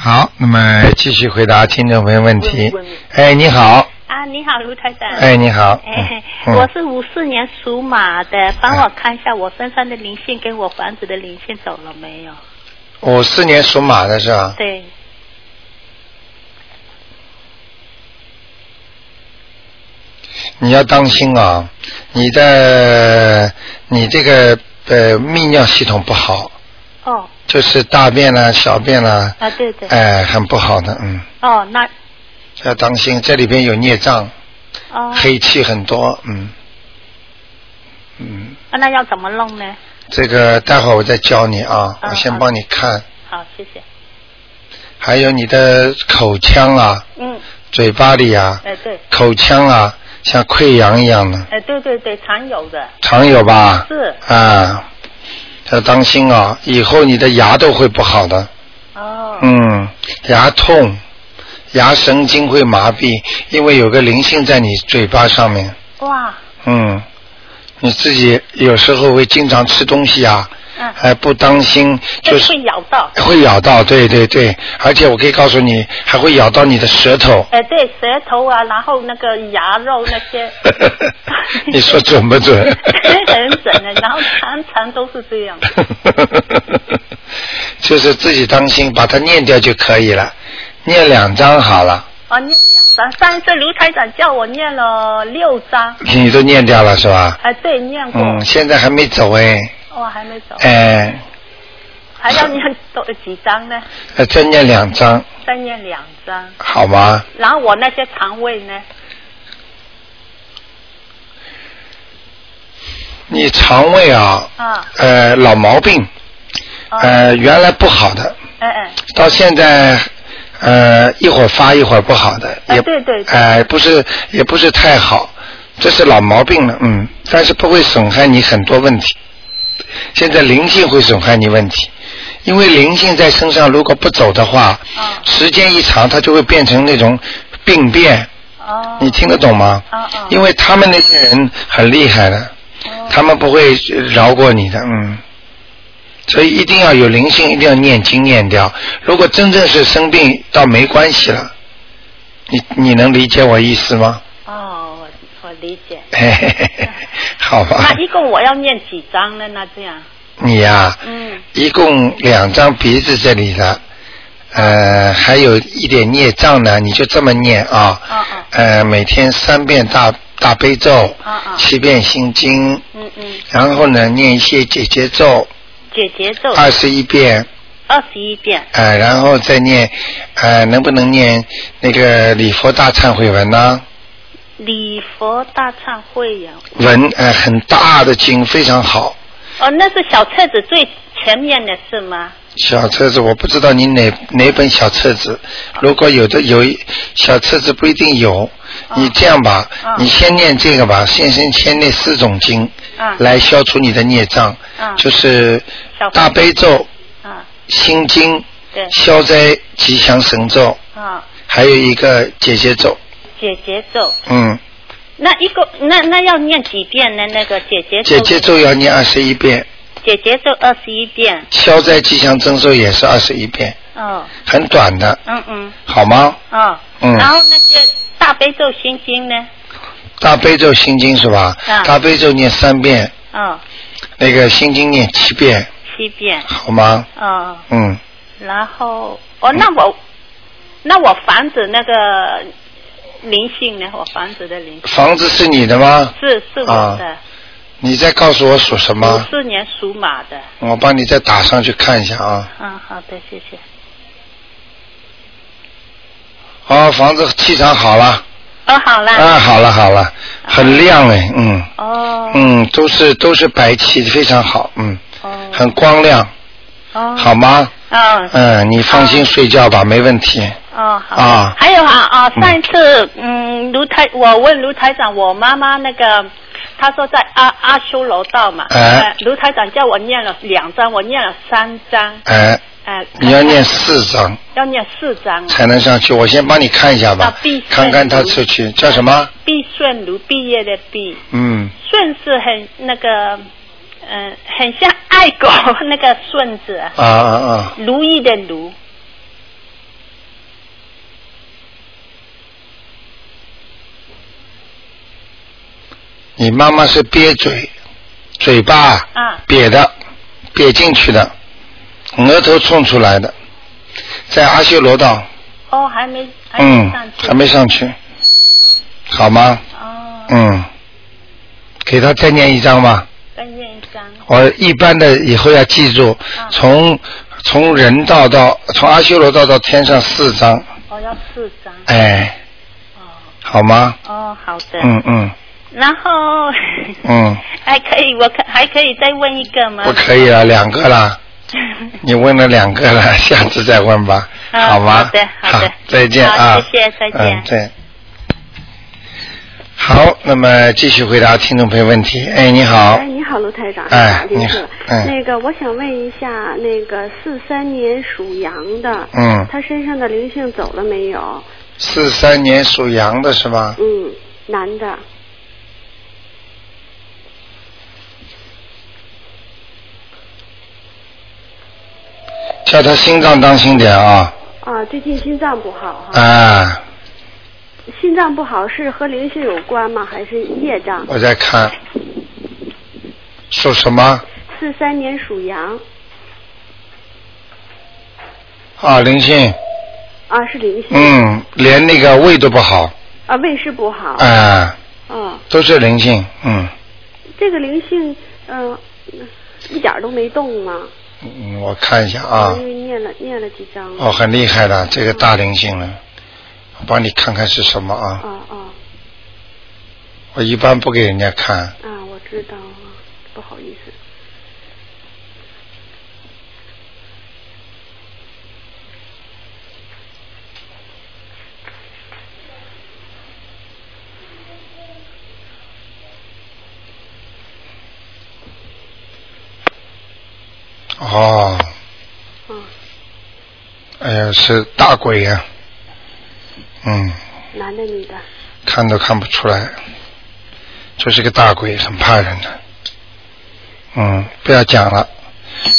Speaker 1: 好，那么继续回答听众朋友问题。哎，你好，
Speaker 6: 啊，你好，卢台长。
Speaker 1: 哎，你好。
Speaker 6: 哎，
Speaker 1: 嗯
Speaker 6: 我是五四年属马的，帮我看一下我身上的灵性跟我房子的灵性走了没有？
Speaker 1: 五四年属马的是啊吧？
Speaker 6: 对，
Speaker 1: 你要当心啊，你的你这个呃泌尿系统不好，
Speaker 6: 哦，
Speaker 1: 就是大便啦、小便啦，
Speaker 6: 啊，对对，
Speaker 1: 哎，很不好的，嗯，
Speaker 6: 哦，那，
Speaker 1: 要当心，这里边有孽障，
Speaker 6: 哦，
Speaker 1: 黑气很多，嗯，嗯，
Speaker 6: 啊那要怎么弄呢？
Speaker 1: 这个待会儿我再教你啊，
Speaker 6: 嗯
Speaker 1: 我先帮你看，
Speaker 6: 好，谢谢。
Speaker 1: 还有你的口腔啊、
Speaker 6: 嗯，
Speaker 1: 嘴巴里啊、
Speaker 6: 哎对，
Speaker 1: 口腔啊，像溃疡一样的，
Speaker 6: 哎对对对，常有的，
Speaker 1: 常有吧？
Speaker 6: 是，
Speaker 1: 啊，要当心啊！以后你的牙都会不好的，
Speaker 6: 哦，
Speaker 1: 嗯，牙痛，牙神经会麻痹，因为有个灵性在你嘴巴上面，
Speaker 6: 哇，
Speaker 1: 嗯，你自己有时候会经常吃东西啊，
Speaker 6: 嗯，
Speaker 1: 还不当心就
Speaker 6: 这
Speaker 1: 是
Speaker 6: 会咬到，
Speaker 1: 会咬到，对对对，而且我可以告诉你，还会咬到你的舌 头。，
Speaker 6: 哎对，舌头啊，然后那个牙肉那些
Speaker 1: 你说准不准
Speaker 6: 很准的，然后常常都是 这样。
Speaker 1: 就是自己当心，把它念掉就可以了，念两张好了，
Speaker 6: 啊，念两张。上一次卢台长叫我念了六张，
Speaker 1: 你都念掉了是吧？
Speaker 6: 哎，对，念过，
Speaker 1: 嗯，现在还没走哎，
Speaker 6: 我、还没走，
Speaker 1: 哎，
Speaker 6: 还要念多几张呢？
Speaker 1: 呃再念两张
Speaker 6: 再念两张。
Speaker 1: 好吗？
Speaker 6: 然后我那些肠胃呢？
Speaker 1: 你肠胃啊，
Speaker 6: 啊，
Speaker 1: 呃，老毛病，
Speaker 6: 哦，
Speaker 1: 呃，原来不好的，
Speaker 6: 哎哎，
Speaker 1: 到现在，呃，一会儿发一会儿不好的，
Speaker 6: 哎
Speaker 1: 也
Speaker 6: 对对对
Speaker 1: 哎、不是也不是太好，这是老毛病了，嗯，但是不会损害你很多问题。现在灵性会损害你问题，因为灵性在身上如果不走的话，
Speaker 6: 啊
Speaker 1: 时间一长它就会变成那种病变，
Speaker 6: 哦，
Speaker 1: 你听得懂吗？
Speaker 6: 啊啊
Speaker 1: 因为他们那些人很厉害的，
Speaker 6: 哦
Speaker 1: 他们不会饶过你的，嗯。所以一定要有灵性，一定要念经念掉。如果真正是生病，倒没关系了。你你能理解我意思吗？
Speaker 6: 哦，我我理解。
Speaker 1: 嘿嘿嘿嘿好吧
Speaker 6: 那，一共我要念几张呢？那这样，
Speaker 1: 你呀、
Speaker 6: 嗯，
Speaker 1: 一共两张鼻子这里的，呃，还有一点孽障呢，你就这么念啊。
Speaker 6: 哦哦
Speaker 1: 呃，每天三遍大大悲咒，
Speaker 6: 哦哦
Speaker 1: 七遍心经，
Speaker 6: 嗯嗯，
Speaker 1: 然后呢念一些解结咒，
Speaker 6: 哦解节奏
Speaker 1: 二十一遍，
Speaker 6: 二十一遍，
Speaker 1: 呃，然后再念，呃，能不能念那个礼佛大忏悔文呢？
Speaker 6: 礼佛大忏悔呀。
Speaker 1: 文，呃，很大的经，非常好。
Speaker 6: 哦，那是小册子最前面的是吗？
Speaker 1: 小册子我不知道你哪哪本小册子，如果有的有一小册子不一定
Speaker 6: 哦
Speaker 1: 有，你这样吧，
Speaker 6: 嗯
Speaker 1: 你先念这个吧，先先先念四种经，
Speaker 6: 嗯
Speaker 1: 来消除你的孽障，
Speaker 6: 嗯
Speaker 1: 就是
Speaker 6: 小
Speaker 1: 大悲咒、
Speaker 6: 啊，
Speaker 1: 心经、
Speaker 6: 对，
Speaker 1: 消灾吉祥神咒，
Speaker 6: 啊，
Speaker 1: 还有一个解结咒，
Speaker 6: 解节奏。
Speaker 1: 嗯，
Speaker 6: 那一个那那要念几遍呢？那个姐姐
Speaker 1: 解结咒要念二十一遍，
Speaker 6: 姐姐咒二十一遍，
Speaker 1: 消灾吉祥真咒也是二十一遍，
Speaker 6: 哦，
Speaker 1: 很短的，
Speaker 6: 嗯嗯，
Speaker 1: 好吗？
Speaker 6: 哦，
Speaker 1: 嗯
Speaker 6: 然后那些大悲咒心经呢？
Speaker 1: 大悲咒心经是吧？
Speaker 6: 嗯
Speaker 1: 大悲咒念三遍。
Speaker 6: 哦，
Speaker 1: 那个心经念七遍，
Speaker 6: 七遍，
Speaker 1: 好吗？
Speaker 6: 哦，
Speaker 1: 嗯，
Speaker 6: 然后哦，那我那我房子那个灵性呢？我房子的灵性
Speaker 1: 房子是你的吗？啊
Speaker 6: 是是我的，
Speaker 1: 你再告诉我属什
Speaker 6: 五
Speaker 1: 么，
Speaker 6: 四年属马的。
Speaker 1: 我帮你再打上去看一下啊。
Speaker 6: 嗯，好的，谢谢。
Speaker 1: 哦，房子气场好了，
Speaker 6: 哦，好啦。
Speaker 1: 啊，好了好了，很亮哎，嗯
Speaker 6: 哦。
Speaker 1: 嗯，都是都是白气，非常好，嗯，
Speaker 6: 哦。
Speaker 1: 很光亮，
Speaker 6: 哦。
Speaker 1: 好。吗？
Speaker 6: 嗯。
Speaker 1: 嗯，你放心睡觉吧，没问题。
Speaker 6: 哦，好。
Speaker 1: 啊
Speaker 6: 还有啊啊，
Speaker 1: 嗯
Speaker 6: 上一次嗯，卢台，我问卢台长，我妈妈那个他说在阿阿修罗道嘛，
Speaker 1: 哎
Speaker 6: 呃卢台长叫我念了两张，我念了三张，
Speaker 1: 哎，
Speaker 6: 哎、
Speaker 1: 你要念四张
Speaker 6: 要念四张啊，
Speaker 1: 嗯才能上去。我先帮你看一下吧
Speaker 6: 啊必须，
Speaker 1: 看看他出
Speaker 6: 嗯
Speaker 1: 去叫什么？
Speaker 6: 毕顺如毕业的毕，
Speaker 1: 嗯，
Speaker 6: 顺是很那个，嗯、很像爱狗 那个顺字啊，
Speaker 1: 啊啊啊，
Speaker 6: 如意的如，
Speaker 1: 你妈妈是憋嘴，嘴巴
Speaker 6: 啊
Speaker 1: 瘪的，瘪进去的，额头冲出来的，在阿修罗道，
Speaker 6: 哦，还没还
Speaker 1: 嗯
Speaker 6: 没上，去，
Speaker 1: 还没上去，好吗？
Speaker 6: 哦，
Speaker 1: 嗯，给他再念一张吧。
Speaker 6: 再念一张，啊
Speaker 1: 我一般的以后要记住，从从人道到从阿修罗道到天上四张，
Speaker 6: 哦，要四张，
Speaker 1: 哎，
Speaker 6: 哦
Speaker 1: 好吗？
Speaker 6: 哦，好的，
Speaker 1: 嗯嗯
Speaker 6: 然后，
Speaker 1: 嗯，
Speaker 6: 还可以，我可还可以再问一个吗
Speaker 1: 不？可以了，两个 啦，你问了两个了， 下次再问吧，
Speaker 6: 啊
Speaker 1: 好吗？
Speaker 6: 好的好的
Speaker 1: 再见
Speaker 6: 好
Speaker 1: 啊，
Speaker 6: 谢谢再见
Speaker 1: 嗯，对。好，那么继续回答听众朋友问题。哎，你好
Speaker 7: 哎，，你好，卢台长，
Speaker 1: 哎
Speaker 7: 打进去了
Speaker 1: 你好哎
Speaker 7: 那个，我想问一下，那个四三年属羊的，
Speaker 1: 嗯啊
Speaker 7: 他身上的灵性走了没有？
Speaker 1: 四三年属羊的是吧？
Speaker 7: 嗯，男的，
Speaker 1: 叫他心脏当心点啊！
Speaker 7: 啊，最近心脏不好哈、
Speaker 1: 啊，
Speaker 7: 心脏不好是和灵性有关吗？还是业障？
Speaker 1: 我在看，属什么？
Speaker 7: 四三年属羊
Speaker 1: 啊，灵性，
Speaker 7: 啊，是灵性、
Speaker 1: 嗯，连那个胃都不好，
Speaker 7: 啊，胃是不好
Speaker 1: 哎、
Speaker 7: 啊，
Speaker 1: 都是灵性，嗯，
Speaker 7: 这个灵性嗯、呃一点儿都没动吗？
Speaker 1: 嗯我看一下啊
Speaker 7: 因，为念了念了几张了。
Speaker 1: 哦，很厉害的，这个大灵性了，我帮你看看是什么啊，
Speaker 7: 啊啊
Speaker 1: 我一般不给人家看，
Speaker 7: 啊！我知道了，不好意思。
Speaker 1: 哦，
Speaker 7: 嗯，
Speaker 1: 哎呀，是大鬼呀、嗯，
Speaker 7: 男的女的？
Speaker 1: 看都看不出来，就是个大鬼，很怕人的。嗯，不要讲了，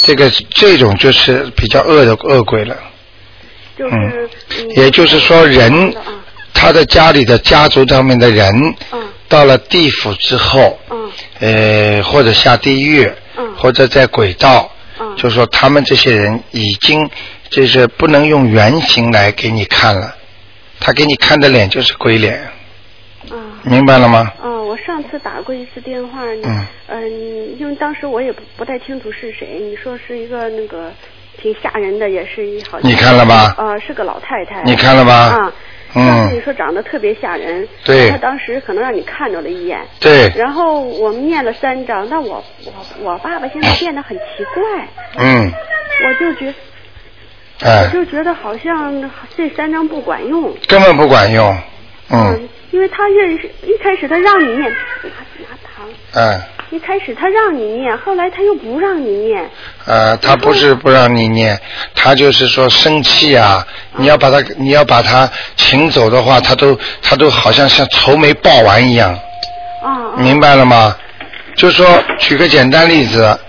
Speaker 1: 这个这种就是比较恶的恶鬼了。
Speaker 7: 就是，嗯
Speaker 1: 也就是说人
Speaker 7: 啊
Speaker 1: 他的家里的家族上面的人，
Speaker 7: 嗯
Speaker 1: 到了地府之后，
Speaker 7: 嗯
Speaker 1: 呃，或者下地狱，
Speaker 7: 嗯
Speaker 1: 或者在鬼道，
Speaker 7: 嗯
Speaker 1: 就说他们这些人已经就是不能用原形来给你看了，他给你看的脸就是鬼脸，
Speaker 7: 啊
Speaker 1: 明白了吗？
Speaker 7: 啊！我上次打过一次电话，
Speaker 1: 嗯
Speaker 7: 嗯、因为当时我也不不太清楚是谁，你说是一个那个挺吓人的，也是一好像
Speaker 1: 你看了吧
Speaker 7: 呃，是个老太太，
Speaker 1: 你看了吧？
Speaker 7: 啊。当时你
Speaker 1: 嗯，
Speaker 7: 说长得特别吓人，
Speaker 1: 对
Speaker 7: 他当时可能让你看着了一眼，
Speaker 1: 对，
Speaker 7: 然后我们念了三章，那我我我爸爸 现在变得很奇怪，
Speaker 1: 嗯，
Speaker 7: 我就觉我
Speaker 1: 哎，
Speaker 7: 就觉得好像这三章不管用，
Speaker 1: 根本不管用，嗯，
Speaker 7: 嗯，因为他认识一开始他让你念，拿拿糖，
Speaker 1: 哎，
Speaker 7: 一开始他让你念，后来他又不让你念，
Speaker 1: 呃，他不是不让你念，他就是说生气啊，你要把他你要把他请走的话，他都他都好像像愁眉抱完一样，
Speaker 7: 啊啊
Speaker 1: 明白了吗？就说举个简单例子，
Speaker 7: 啊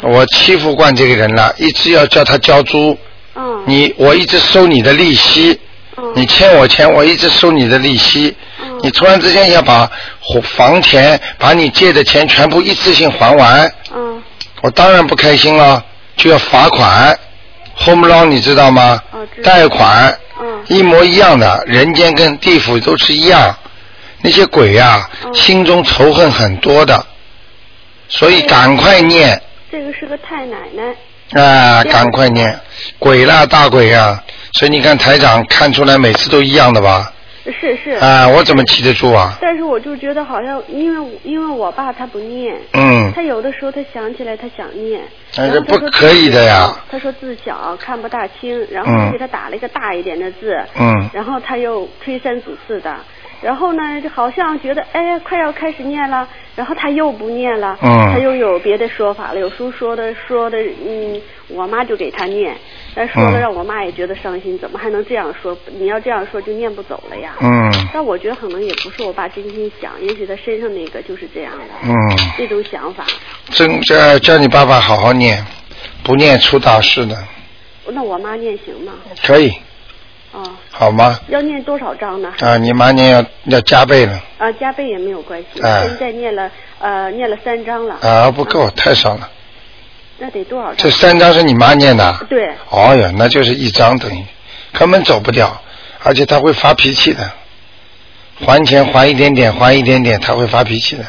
Speaker 1: 我欺负惯这个人了，一直要叫他交租，
Speaker 7: 啊，
Speaker 1: 你我一直收你的利息，
Speaker 7: 嗯
Speaker 1: 你欠我钱，我一直收你的利息，
Speaker 7: 嗯
Speaker 1: 你突然之间要把房钱把你借的钱全部一次性还完，
Speaker 7: 啊
Speaker 1: 我当然不开心了，就要罚款，home loan 你知道吗？
Speaker 7: 哦知道
Speaker 1: 贷款
Speaker 7: 嗯
Speaker 1: 一模一样的，人间跟地府都是一样。那些鬼呀、
Speaker 7: 嗯
Speaker 1: 心中仇恨很多的，所
Speaker 7: 嗯
Speaker 1: 以赶快念
Speaker 7: 这个是个太奶奶，
Speaker 1: 啊、
Speaker 7: 对
Speaker 1: 赶快念，鬼啦，大鬼呀、所以你看台长看出来每次都一样的吧？
Speaker 7: 是是，
Speaker 1: 啊、我怎么记得住啊？
Speaker 7: 但是我就觉得好像因为我因为我爸他不念。
Speaker 1: 嗯
Speaker 7: 他，有的时候他想起来，他想念，
Speaker 1: 但是
Speaker 7: 然后他
Speaker 1: 不
Speaker 7: 说
Speaker 1: 可以的呀
Speaker 7: 他说字小看不大清，然后
Speaker 1: 嗯
Speaker 7: 我给他打了一个大一点的字，
Speaker 1: 嗯
Speaker 7: 然后他又推三阻四的，然后呢，就好像觉得哎，快要开始念了，然后他又不念了，
Speaker 1: 嗯
Speaker 7: 他又有别的说法了。有时候说的说的，嗯，我妈就给他念，但说
Speaker 1: 嗯
Speaker 7: 了让我妈也觉得伤心，怎么还能这样说？你要这样说就念不走了呀。
Speaker 1: 嗯
Speaker 7: 但我觉得可能也不是我爸真心想，也许他身上那个就是这样的
Speaker 1: 嗯，
Speaker 7: 这种想法。
Speaker 1: 真叫叫你爸爸好好念，不念出大事的，
Speaker 7: 那我妈念行吗？
Speaker 1: 可以
Speaker 7: 啊、
Speaker 1: 好吗？
Speaker 7: 要念多少章呢？
Speaker 1: 啊，你妈念要要加倍了
Speaker 7: 啊，加倍也没有关系。
Speaker 1: 哎
Speaker 7: 现在念了呃念了三章了，嗯
Speaker 1: 啊，不够，太少了。
Speaker 7: 那得多少章
Speaker 1: 这？三张是你妈念的？
Speaker 7: 对，
Speaker 1: 哦呀，那就是一张等于，根本走不掉，而且他会发脾气的，还钱还一点点，还一点点，他会发脾气的。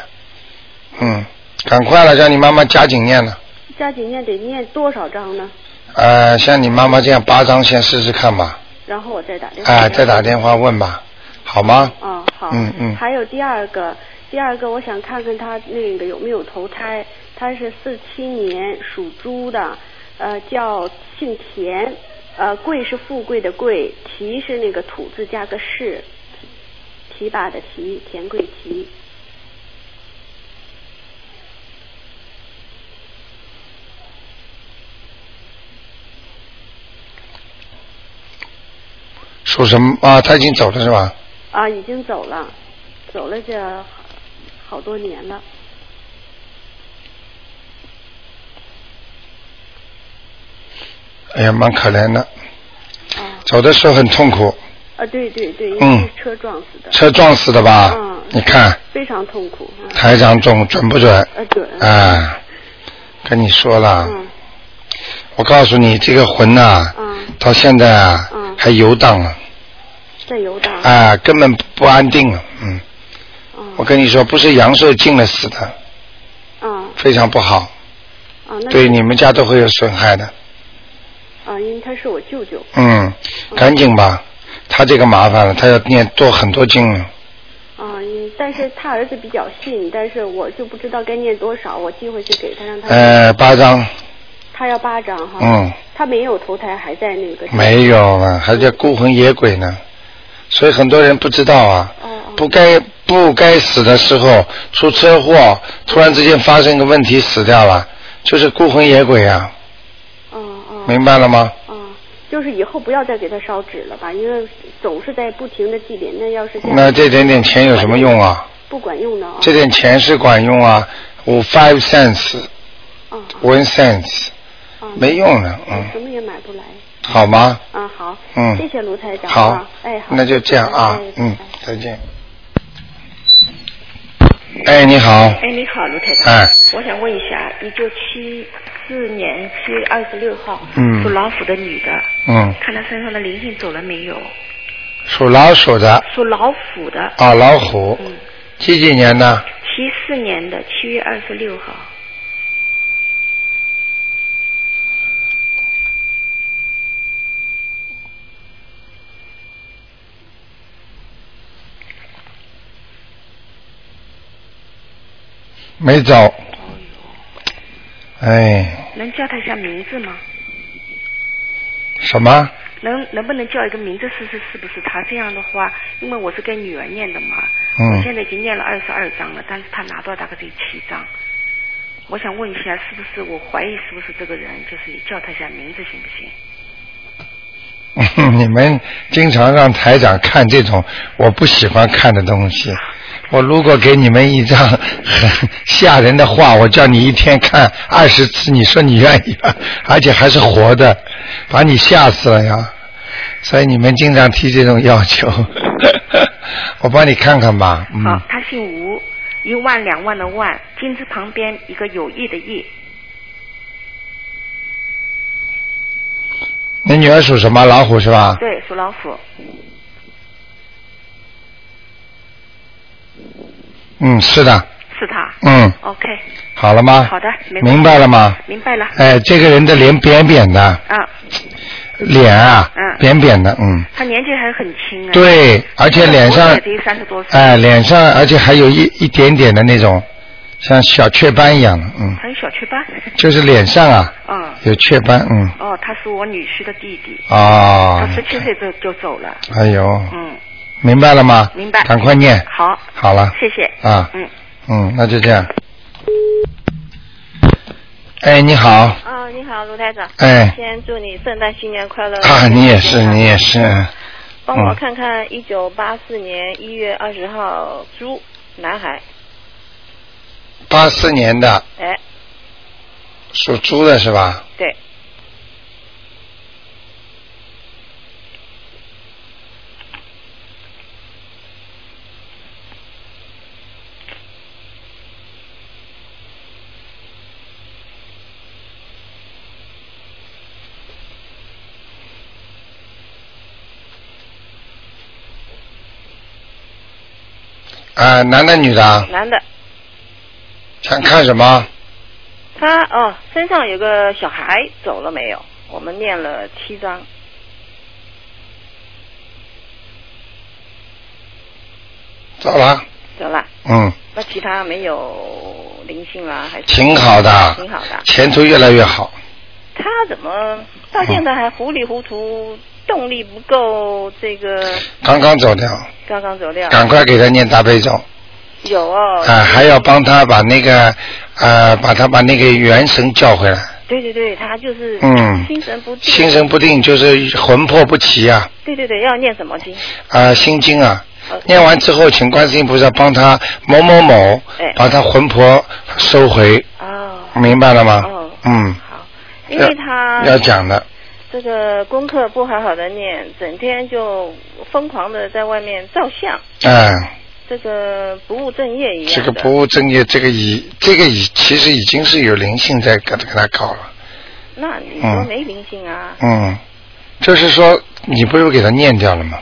Speaker 1: 嗯，赶快了，让你妈妈加紧念了。
Speaker 7: 加紧念得念多少章呢？
Speaker 1: 呃，像你妈妈这样八张先试试看吧，
Speaker 7: 然后我再打电话。
Speaker 1: 哎、再打电话问吧，好吗？
Speaker 7: 哦，好。
Speaker 1: 嗯嗯
Speaker 7: 还有第二个，第二个我想看看他那个有没有投胎，他是四七年属猪的，呃，叫姓田，呃，贵是富贵的贵，提是那个土字加个士，提拔的提，田贵提。
Speaker 1: 属什么啊？他已经走了是吧？
Speaker 7: 啊，已经走了，走了这好好多年了。
Speaker 1: 哎呀，蛮可怜的，
Speaker 7: 啊，
Speaker 1: 走的时候很痛苦，
Speaker 7: 啊，对对对，因
Speaker 1: 嗯
Speaker 7: 为是车撞死的，
Speaker 1: 车撞死的吧？
Speaker 7: 嗯
Speaker 1: 你看
Speaker 7: 非常痛苦。啊
Speaker 1: 台长准准不准？
Speaker 7: 呃，准。
Speaker 1: 啊，跟你说了，
Speaker 7: 嗯
Speaker 1: 我告诉你，这个魂呐、
Speaker 7: 嗯，
Speaker 1: 到现在啊、
Speaker 7: 嗯
Speaker 1: 还游荡了，
Speaker 7: 在游荡。
Speaker 1: 啊，根本不安定了。嗯，
Speaker 7: 嗯
Speaker 1: 我跟你说，不是阳寿尽了死的，
Speaker 7: 啊
Speaker 1: 非常不好，
Speaker 7: 啊，那
Speaker 1: 对你们家都会有损害的。
Speaker 7: 啊，因为他是我舅舅。
Speaker 1: 嗯，赶紧吧，他这个麻烦了，他要念多很多经了。
Speaker 7: 啊，因但是他儿子比较信，但是我就不知道该念多少，我寄回去给他，让他、
Speaker 1: 呃，八张，
Speaker 7: 他要八张哈。
Speaker 1: 嗯，
Speaker 7: 他没有投胎，还在那个。
Speaker 1: 没有啊，还叫孤魂野鬼呢，所以很多人不知道啊。
Speaker 7: 哦哦
Speaker 1: 不该不该死的时候出车祸，突然之间发生一个问题死掉了，就是孤魂野鬼啊，
Speaker 7: 哦哦。
Speaker 1: 明白了吗？
Speaker 7: 啊，就是以后不要再给他烧纸了吧，因为总是在不停的祭奠，那要是这样
Speaker 1: 那这点点钱有什么用啊？
Speaker 7: 不管用的啊。
Speaker 1: 这点钱是管用啊，五 five cents
Speaker 7: 啊
Speaker 1: one cents
Speaker 7: 啊，啊
Speaker 1: 没用的，嗯，
Speaker 7: 什么也买不来
Speaker 1: 好吗？
Speaker 7: 啊。好，
Speaker 1: 嗯
Speaker 7: 谢谢卢台长
Speaker 1: 好
Speaker 7: 啊，哎，好，
Speaker 1: 那就这样啊
Speaker 7: 哎，
Speaker 1: 嗯
Speaker 7: 哎，
Speaker 1: 再见。哎，你好，
Speaker 8: 哎，你好，卢台长。
Speaker 1: 哎，
Speaker 8: 我想问一下，一九七四年七月二十六号，
Speaker 1: 嗯
Speaker 8: 属老虎的女的，
Speaker 1: 嗯，
Speaker 8: 看她身上的灵性走了没有？
Speaker 1: 属老鼠的
Speaker 8: 属老虎的，
Speaker 1: 啊，老虎，
Speaker 8: 嗯，
Speaker 1: 几几年的？
Speaker 8: 七四年的七月二十六号，
Speaker 1: 没走。哎，
Speaker 8: 能叫她一下名字吗？
Speaker 1: 什么？
Speaker 8: 能能不能叫一个名字试试是不是她？这样的话，因为我是给女儿念的嘛，
Speaker 1: 嗯
Speaker 8: 我现在已经念了二十二章了，但是她拿到大概只有七章。我想问一下，是不是我怀疑是不是这个人？就是你叫她一下名字行不行？
Speaker 1: 你们经常让台长看这种我不喜欢看的东西。我如果给你们一张很 吓人的画，我叫你一天看二十次，你说你愿意吗？ 而且还是活的，把你吓死了呀！所以你们经常提这种要求， 我帮你看看吧。嗯。
Speaker 8: 好，他姓吴，一万两万的万，金字旁边一个有益的益，
Speaker 1: 你女儿属什么？老虎是吧？
Speaker 8: 对，属老虎。
Speaker 1: 嗯，是的。
Speaker 8: 是他。
Speaker 1: 嗯，
Speaker 8: OK，
Speaker 1: 好了吗？
Speaker 8: 好的没问题
Speaker 1: 明白了吗？
Speaker 8: 明白了。
Speaker 1: 哎，这个人的脸扁扁的，
Speaker 8: 啊，
Speaker 1: 脸啊，
Speaker 8: 嗯
Speaker 1: 扁扁的，嗯，
Speaker 8: 他年纪还很轻啊。
Speaker 1: 对，而且脸
Speaker 8: 我
Speaker 1: 上
Speaker 8: 也，只有三十多岁，
Speaker 1: 哎，脸上，而且还有一一点点的那种，像小雀斑一样的，嗯，
Speaker 8: 还有小雀斑。
Speaker 1: 就是脸上啊
Speaker 8: 嗯。
Speaker 1: 有雀斑，嗯，
Speaker 8: 哦，他是我女婿的弟弟，
Speaker 1: 啊、
Speaker 8: 他十七岁就就走了。
Speaker 1: 哎呦，
Speaker 8: 嗯，
Speaker 1: 明白了吗？
Speaker 8: 明白
Speaker 1: 赶快念。
Speaker 8: 好
Speaker 1: 好了。
Speaker 8: 谢谢
Speaker 1: 啊。
Speaker 8: 嗯。
Speaker 1: 嗯，那就这样。哎，你好。
Speaker 9: 啊，你好，卢台长。
Speaker 1: 哎
Speaker 9: 先祝你圣诞新年快乐。
Speaker 8: 呃
Speaker 1: 啊，你也是，
Speaker 9: 健康
Speaker 1: 你也是。
Speaker 9: 帮我
Speaker 1: 嗯
Speaker 9: 看看一九八四年一月二十号猪男孩，
Speaker 1: 八四年的，
Speaker 9: 哎，
Speaker 1: 属猪的是吧？
Speaker 9: 对，
Speaker 1: 啊、男的女的啊？
Speaker 9: 男的，
Speaker 1: 想看什么？
Speaker 9: 他哦身上有个小孩走了没有？我们念了七章，
Speaker 1: 走了。
Speaker 9: 走了。
Speaker 1: 嗯，
Speaker 9: 那其他没有灵性啦，还是
Speaker 1: 挺好的
Speaker 9: 挺好的。
Speaker 1: 前途越来越好。
Speaker 9: 他怎么到现在还糊里糊涂，动力不够？这个
Speaker 1: 刚刚走掉，
Speaker 9: 刚刚走掉，
Speaker 1: 赶快给他念大悲咒。
Speaker 9: 有哦。
Speaker 1: 啊、还要帮他把那个，呃，把他把那个元神叫回来。
Speaker 9: 对对对，他就是
Speaker 1: 嗯
Speaker 9: 心神不定，
Speaker 1: 心神不定就是魂魄不齐啊，
Speaker 9: 对对对，要念什么经？
Speaker 1: 啊、心经啊
Speaker 9: 呃。
Speaker 1: 念完之后，请观世音菩萨帮他某某某
Speaker 9: 哎，
Speaker 1: 把他魂魄收回，
Speaker 9: 哦，
Speaker 1: 明白了吗
Speaker 9: 哦？啊
Speaker 1: 嗯，
Speaker 9: 因为他
Speaker 1: 要讲的，
Speaker 9: 这个功课不好好的念，整天就疯狂的在外面照相，
Speaker 1: 哎，
Speaker 9: 这个不务正业一样
Speaker 1: 这个
Speaker 9: 的。
Speaker 1: 不务正业，这个已这个已其实已经是有灵性在跟跟他搞了，
Speaker 9: 那你说
Speaker 1: 嗯
Speaker 9: 没灵性啊？
Speaker 1: 嗯，就是说你不是给他念掉了吗？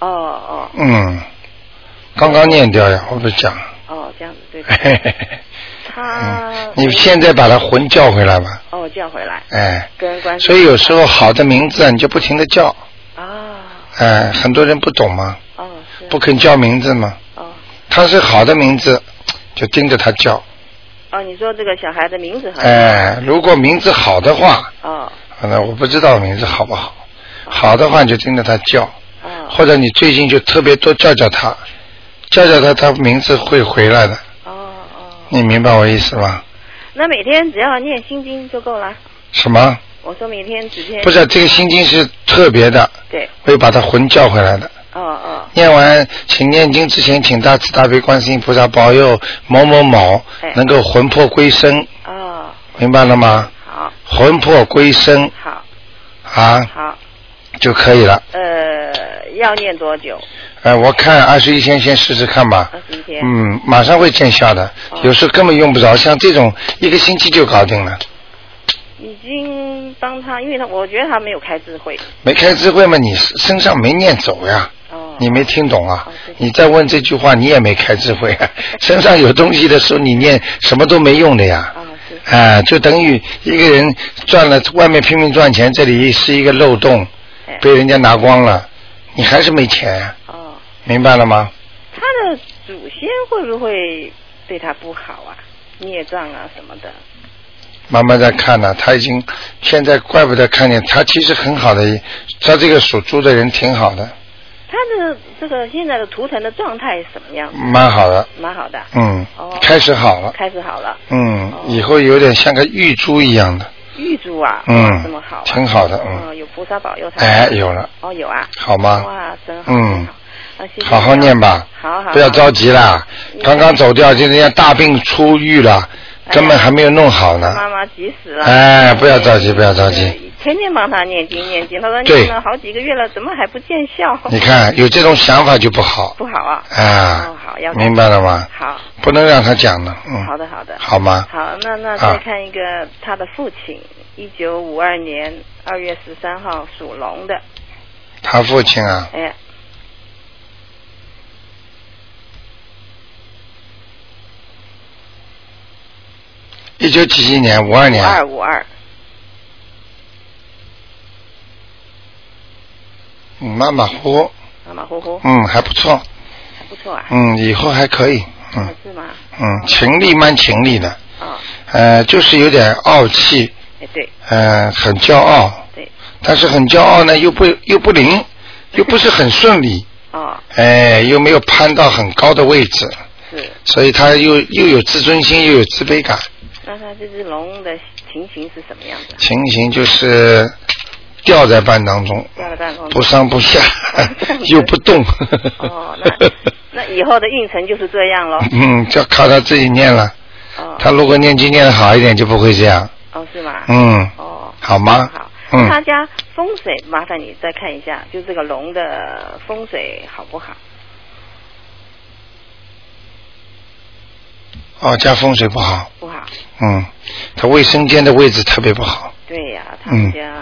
Speaker 9: 哦哦
Speaker 1: 嗯，刚刚念掉呀，我不是讲，
Speaker 9: 哦，这样子 对吧？
Speaker 1: 嘿嘿嘿
Speaker 9: 他
Speaker 1: 嗯你现在把他魂叫回来吧，
Speaker 9: 哦叫回来
Speaker 1: 哎，
Speaker 9: 跟关系。
Speaker 1: 所以有时候好的名字啊你就不停的叫，
Speaker 9: 啊
Speaker 1: 哎，很多人不懂嘛，
Speaker 9: 哦是
Speaker 1: 不肯叫名字嘛，
Speaker 9: 哦
Speaker 1: 他是好的名字，就盯着他叫，
Speaker 9: 哦，你说这个小孩的名字好像
Speaker 1: 哎，如果名字好的话，
Speaker 9: 哦
Speaker 1: 反正我不知道名字好不好，好的话你就盯着他叫，
Speaker 9: 哦
Speaker 1: 或者你最近就特别多叫叫他，叫叫他，他名字会回来的，
Speaker 9: 哦哦，
Speaker 1: 你明白我意思吗？
Speaker 9: 那每天只要念心经就够了。
Speaker 1: 什么？
Speaker 9: 我说每天只天
Speaker 1: 不是这个心经是特别的，
Speaker 9: 对
Speaker 1: 会把他魂叫回来的。
Speaker 9: 哦哦
Speaker 1: 念完，请念经之前，请大慈大悲观世音菩萨保佑某某某
Speaker 9: 哎
Speaker 1: 能够魂魄归生，
Speaker 9: 哦
Speaker 1: 明白了吗？
Speaker 9: 好
Speaker 1: 魂魄归生
Speaker 9: 好
Speaker 1: 啊
Speaker 9: 好
Speaker 1: 就可以了。
Speaker 9: 呃要念多久？
Speaker 1: 哎，我看二十一天先试试看吧。
Speaker 9: 二十一天。哦
Speaker 1: 嗯，马上会见效的，有时候根本用不着，像这种一个星期就搞定了。
Speaker 9: 已经帮他，因为他我觉得他没有开智慧。
Speaker 1: 没开智慧嘛，你身上没念走呀。
Speaker 9: 哦
Speaker 1: 你没听懂啊
Speaker 9: 哦对？
Speaker 1: 你再问这句话，你也没开智慧 啊。身上有东西的时候，你念什么都没用的呀。
Speaker 9: 哦是
Speaker 1: 啊，就等于一个人赚了，外面拼命赚钱，这里是一个漏洞
Speaker 9: 哎，
Speaker 1: 被人家拿光了，你还是没钱，
Speaker 9: 哦，
Speaker 1: 明白了吗？
Speaker 9: 他的祖先会不会对他不好啊？孽障啊什么的。
Speaker 1: 慢慢在看呢、他已经现在怪不得看见他其实很好的，他这个属猪的人挺好的，
Speaker 9: 他的这个现在的图腾的状态是什么样？
Speaker 1: 蛮好的，
Speaker 9: 蛮好的，
Speaker 1: 嗯
Speaker 9: 哦，
Speaker 1: 开始好了，
Speaker 9: 开始好了。
Speaker 1: 嗯
Speaker 9: 哦，
Speaker 1: 以后有点像个玉珠一样的，
Speaker 9: 玉珠啊，
Speaker 1: 嗯
Speaker 9: 这么好、啊，
Speaker 1: 挺好的嗯
Speaker 9: 哦有菩萨保佑他，
Speaker 1: 哎，有了。
Speaker 9: 哦，有啊，
Speaker 1: 好吗
Speaker 9: 哇，真好，
Speaker 1: 嗯
Speaker 9: 真好，啊，谢谢，
Speaker 1: 好好念吧，
Speaker 9: 好好，
Speaker 1: 不要着急啦。刚刚走掉，就人家大病初愈了，根本还没有弄好
Speaker 9: 好。
Speaker 1: 呢。
Speaker 9: 妈妈急死了！
Speaker 1: 哎不要着急不要着急
Speaker 9: 对，天天帮他念经念经，他说
Speaker 1: 对
Speaker 9: 念了好几个月了，怎么还不见效？
Speaker 1: 你看，有这种想法就不好
Speaker 9: 不好啊！
Speaker 1: 啊
Speaker 9: 哦，好要，
Speaker 1: 明白了吗？
Speaker 9: 好，
Speaker 1: 不能让他讲了，嗯，
Speaker 9: 好的，好的，
Speaker 1: 好吗？
Speaker 9: 好，那那
Speaker 1: 啊
Speaker 9: 再看一个他的父亲，一九五二年二月十三号属龙的，
Speaker 1: 他父亲啊，
Speaker 9: 哎，
Speaker 1: 一九几几年，五二
Speaker 9: 五
Speaker 1: 年，
Speaker 9: 二五二，
Speaker 1: 嗯马马虎虎，
Speaker 9: 马马虎虎，
Speaker 1: 嗯，还不错，
Speaker 9: 还不错啊，
Speaker 1: 嗯，以后还可以，
Speaker 9: 啊
Speaker 1: 嗯
Speaker 9: 是吗？
Speaker 1: 嗯，勤力蛮勤力的，
Speaker 9: 啊，
Speaker 1: 呃，就是有点傲气，
Speaker 9: 哎对
Speaker 1: 呃，很骄傲，
Speaker 9: 对，
Speaker 1: 但是很骄傲呢，又不又不灵，又不是很顺利，
Speaker 9: 啊，
Speaker 1: 哎，又没有攀到很高的位置，
Speaker 9: 是，
Speaker 1: 所以他又又有自尊心，又有自卑感，
Speaker 9: 那他这只龙的情形是什么样的？
Speaker 1: 情形就是吊在半当中，
Speaker 9: 掉了半空中
Speaker 1: 不上不 下，又不动。
Speaker 9: 哦，那那以后的运程就是这样喽。
Speaker 1: 嗯，就靠他自己念了。
Speaker 9: 哦
Speaker 1: 他如果念经念的好一点，就不会这样。
Speaker 9: 哦，是吗？
Speaker 1: 嗯，
Speaker 9: 哦，
Speaker 1: 好吗？
Speaker 9: 好。
Speaker 1: 嗯
Speaker 9: 他家风水，麻烦你再看一下，就这个龙的风水好不好？
Speaker 1: 哦，家风水不好。
Speaker 9: 不好。
Speaker 1: 嗯，他卫生间的位置特别不好。
Speaker 9: 对呀、他
Speaker 1: 嗯
Speaker 9: 们家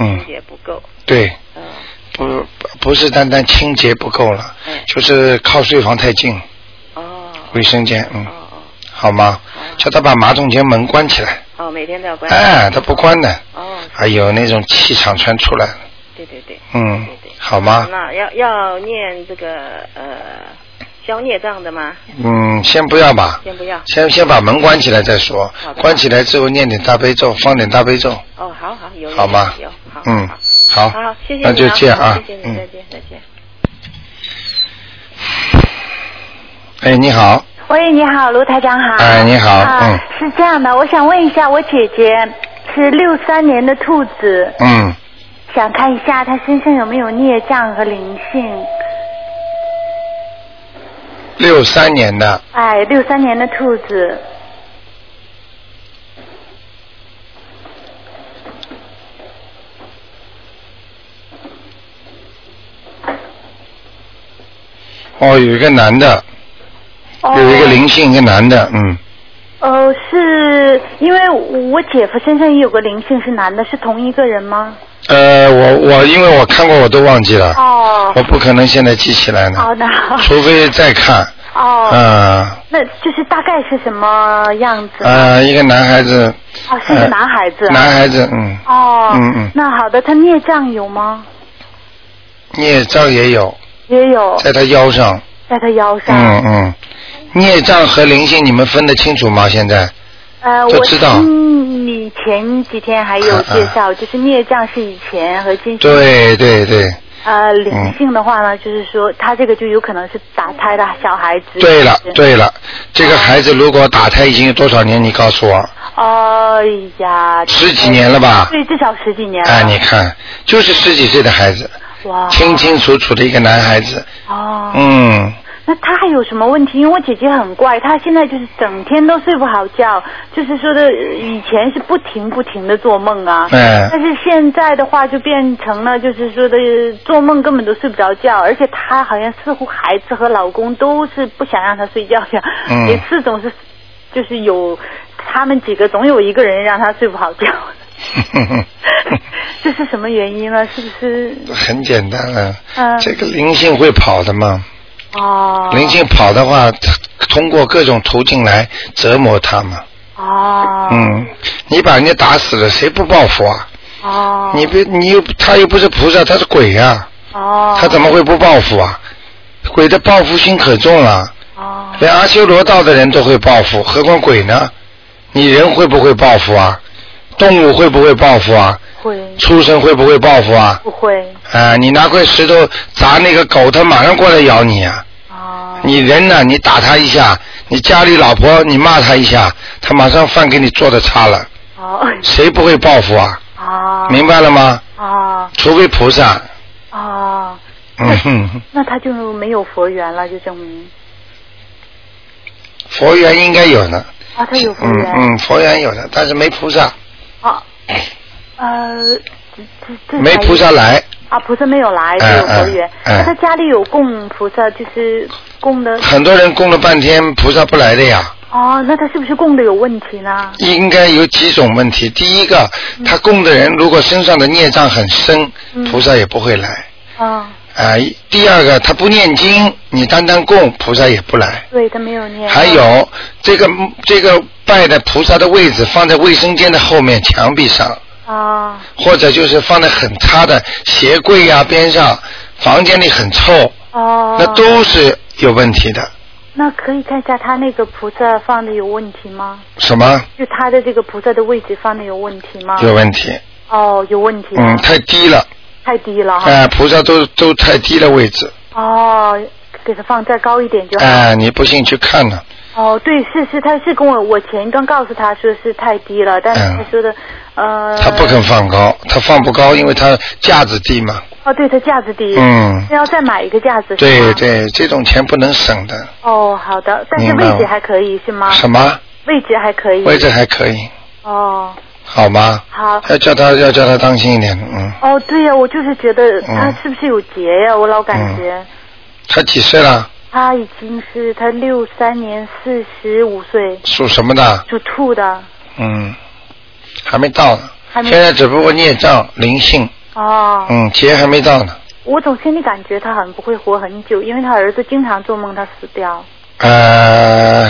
Speaker 1: 嗯
Speaker 9: 清洁不够。
Speaker 1: 对，
Speaker 9: 嗯，
Speaker 1: 不不是单单清洁不够了，
Speaker 9: 哎
Speaker 1: 就是靠睡房太近，
Speaker 9: 哦
Speaker 1: 卫生间，嗯，好吗？叫他把马桶间门关起来。
Speaker 9: 哦，每天都要关。
Speaker 1: 哎，他不关的，
Speaker 9: 哦，
Speaker 1: 哎有那种气场全出来了，
Speaker 9: 对对对。
Speaker 1: 嗯，好吗？
Speaker 9: 那要要念这个呃消孽障的吗？
Speaker 1: 嗯，先不要吧，
Speaker 9: 先不要。
Speaker 1: 先先把门关起来再说，关起来之后念点大悲咒，放点大悲咒，
Speaker 9: 哦，好好有。有
Speaker 1: 好吗
Speaker 9: 有好。
Speaker 1: 嗯，
Speaker 9: 好
Speaker 1: 好，
Speaker 9: 好，谢谢你啊。
Speaker 1: 那就这样啊
Speaker 9: 谢谢，你，再
Speaker 1: 嗯，
Speaker 9: 见，再见。
Speaker 1: 哎，你好，
Speaker 10: 喂，你好，卢台长好。
Speaker 1: 哎你好嗯
Speaker 10: 啊，是这样的，我想问一下，我姐姐是六三年的兔子，
Speaker 1: 嗯，
Speaker 10: 想看一下她身上有没有孽障和灵性。
Speaker 1: 六三年的，
Speaker 10: 哎，六三年的兔子，
Speaker 1: 哦，有一个男的，
Speaker 10: 哦
Speaker 1: 有一个灵性，一个男的，嗯，
Speaker 10: 呃，是因为我姐夫身上也有个灵性，是男的，是同一个人吗？
Speaker 1: 呃，我我因为我看过我都忘记了，
Speaker 10: 哦
Speaker 1: 我不可能现在记起来呢，
Speaker 10: 哦，那好
Speaker 1: 除非再看，
Speaker 10: 哦，
Speaker 1: 啊
Speaker 10: 那就是大概是什么样子？
Speaker 1: 啊，一个男孩子，
Speaker 10: 哦，是个男孩子。
Speaker 1: 呃男孩。子，嗯，
Speaker 10: 哦，
Speaker 1: 嗯嗯
Speaker 10: 那好的，他孽障有吗？
Speaker 1: 孽障也有，
Speaker 10: 也有，
Speaker 1: 在他腰上，
Speaker 10: 在他腰上。
Speaker 1: 嗯嗯，孽障和灵性你们分得清楚吗？现在？
Speaker 10: 呃，
Speaker 1: 这
Speaker 10: 我
Speaker 1: 知道
Speaker 10: 听你前几天还有介绍，就是孽障是以前和今生。
Speaker 1: 对嗯对对，
Speaker 10: 呃，灵性的话呢，就是说他这个就有可能是打胎的小孩子。
Speaker 1: 对了
Speaker 10: 是啊
Speaker 1: 对了，这个孩子如果打胎已经有多少年？你告诉我，
Speaker 10: 哎呀。
Speaker 1: 十几年了吧
Speaker 10: 对，至少十几年了。
Speaker 1: 哎，你看，就是十几岁的孩子，
Speaker 10: 哇。
Speaker 1: 清清楚楚的一个男孩子，
Speaker 10: 哦。
Speaker 1: 嗯，
Speaker 10: 那他还有什么问题？因为我姐姐很怪，她现在就是整天都睡不好觉，就是说的呃以前是不停不停的做梦啊，
Speaker 11: 嗯
Speaker 10: 但是现在的话就变成了就是说的呃做梦根本都睡不着觉，而且她好像似乎孩子和老公都是不想让她睡觉一样，
Speaker 1: 嗯
Speaker 10: 每次总是就是有他们几个总有一个人让她睡不好觉，这是什么原因呢？是不是？
Speaker 1: 很简单了、
Speaker 10: 嗯
Speaker 1: 这个灵性会跑的嘛，
Speaker 10: 哦，
Speaker 1: 灵性跑的话，通过各种途径来折磨他嘛。
Speaker 10: 哦，
Speaker 1: 嗯，你把人家打死了，谁不报复啊？
Speaker 10: 哦，
Speaker 1: 你别，你又他又不是菩萨，他是鬼啊，
Speaker 10: 哦，
Speaker 1: 他怎么会不报复啊？鬼的报复心可重了，
Speaker 10: 哦
Speaker 1: 连阿修罗道的人都会报复，何况鬼呢？你人会不会报复啊？动物会不会报复啊？
Speaker 10: 会，
Speaker 1: 畜生会不会报复啊？
Speaker 10: 不会。
Speaker 1: 啊，你拿块石头砸那个狗，它马上过来咬你啊！你人呢？你打它一下，你家里老婆你骂它一下，它马上饭给你做的差了。
Speaker 10: 哦，
Speaker 1: 谁不会报复啊？明白了吗？
Speaker 10: 啊
Speaker 1: 除非菩萨。
Speaker 10: 啊，
Speaker 1: 嗯哼，
Speaker 10: 那他就没有佛缘了，就证明
Speaker 1: 佛缘应该有的，
Speaker 10: 啊，他有佛
Speaker 1: 嗯
Speaker 10: 缘。
Speaker 1: 嗯，佛缘有的，但是没菩萨，
Speaker 10: 啊，呃，这这这
Speaker 1: 没菩萨来。
Speaker 10: 啊，菩萨没有来，就
Speaker 1: 嗯
Speaker 10: 有佛缘。
Speaker 1: 嗯嗯
Speaker 10: 那他家里有供菩萨，就是供的。
Speaker 1: 很多人供了半天，菩萨不来的呀。
Speaker 10: 哦，那他是不是供的有问题呢？
Speaker 1: 应该有几种问题。第一个，他供的人如果身上的孽障很深，菩萨也不会来。
Speaker 10: 嗯啊，
Speaker 1: 啊、第二个，他不念经，你单单供，菩萨也不来。
Speaker 10: 对他没有念。
Speaker 1: 还有这个这个拜的菩萨的位置放在卫生间的后面墙壁上，
Speaker 4: 哦
Speaker 10: 啊
Speaker 1: 或者就是放在很差的鞋柜呀、边上，房间里很臭，
Speaker 10: 哦，
Speaker 1: 那都是有问题的。
Speaker 10: 那可以看一下他那个菩萨放的有问题吗？
Speaker 1: 什么
Speaker 10: 就他的这个菩萨的位置放的有问题吗？
Speaker 1: 有问题？
Speaker 10: 哦，有问题啊。
Speaker 1: 嗯，太低了，
Speaker 10: 太低了
Speaker 1: 啊、
Speaker 10: 哈。
Speaker 1: 菩萨都都太低了位置。
Speaker 10: 哦，给它放再高一点就好。
Speaker 1: 哎、你不信去看呢。
Speaker 10: 哦，对，是是，他是跟我我前一段告诉他说是太低了，但是他说的，呃，
Speaker 1: 嗯他不肯放高，他放不高，因为他价值低嘛。
Speaker 10: 哦，对，他架子低，
Speaker 1: 嗯
Speaker 10: 那要再买一个架子，是
Speaker 1: 对
Speaker 10: 吗。
Speaker 1: 对，这种钱不能省的。
Speaker 10: 哦，好的，但是
Speaker 1: 明白了
Speaker 10: 位置还可以是吗？
Speaker 1: 什？么
Speaker 10: 位置还可以。
Speaker 1: 位置还可以，
Speaker 10: 哦，
Speaker 1: 好吗？
Speaker 10: 好。
Speaker 1: 要叫他要叫他当心一点，嗯。
Speaker 10: 哦，对呀、我就是觉得
Speaker 1: 嗯
Speaker 10: 他是不是有结呀、我老感觉、
Speaker 1: 他几岁了？
Speaker 10: 他已经是他六三年四十五岁，
Speaker 1: 属什么的？
Speaker 10: 属兔的。
Speaker 1: 嗯，还没到呢。
Speaker 10: 还没
Speaker 1: 现在只不过孽障灵性，
Speaker 10: 哦，
Speaker 1: 嗯，劫还没到呢。
Speaker 10: 我总心里感觉他好像不会活很久，因为他儿子经常做梦他死掉。
Speaker 1: 呃，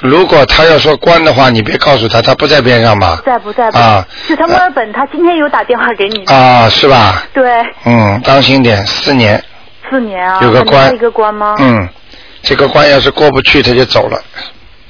Speaker 1: 如果他要说关的话，你别告诉他，他不在边上吧
Speaker 10: 不？在不在不在
Speaker 1: 啊
Speaker 10: 就他墨尔本，他今天有打电话给你。
Speaker 1: 啊，是吧？
Speaker 10: 对，
Speaker 1: 嗯，当心点，四年，
Speaker 10: 四年啊，
Speaker 1: 有个
Speaker 10: 他能
Speaker 1: 关
Speaker 10: 过一个关吗？。
Speaker 1: 嗯，这个关要是过不去，他就走了。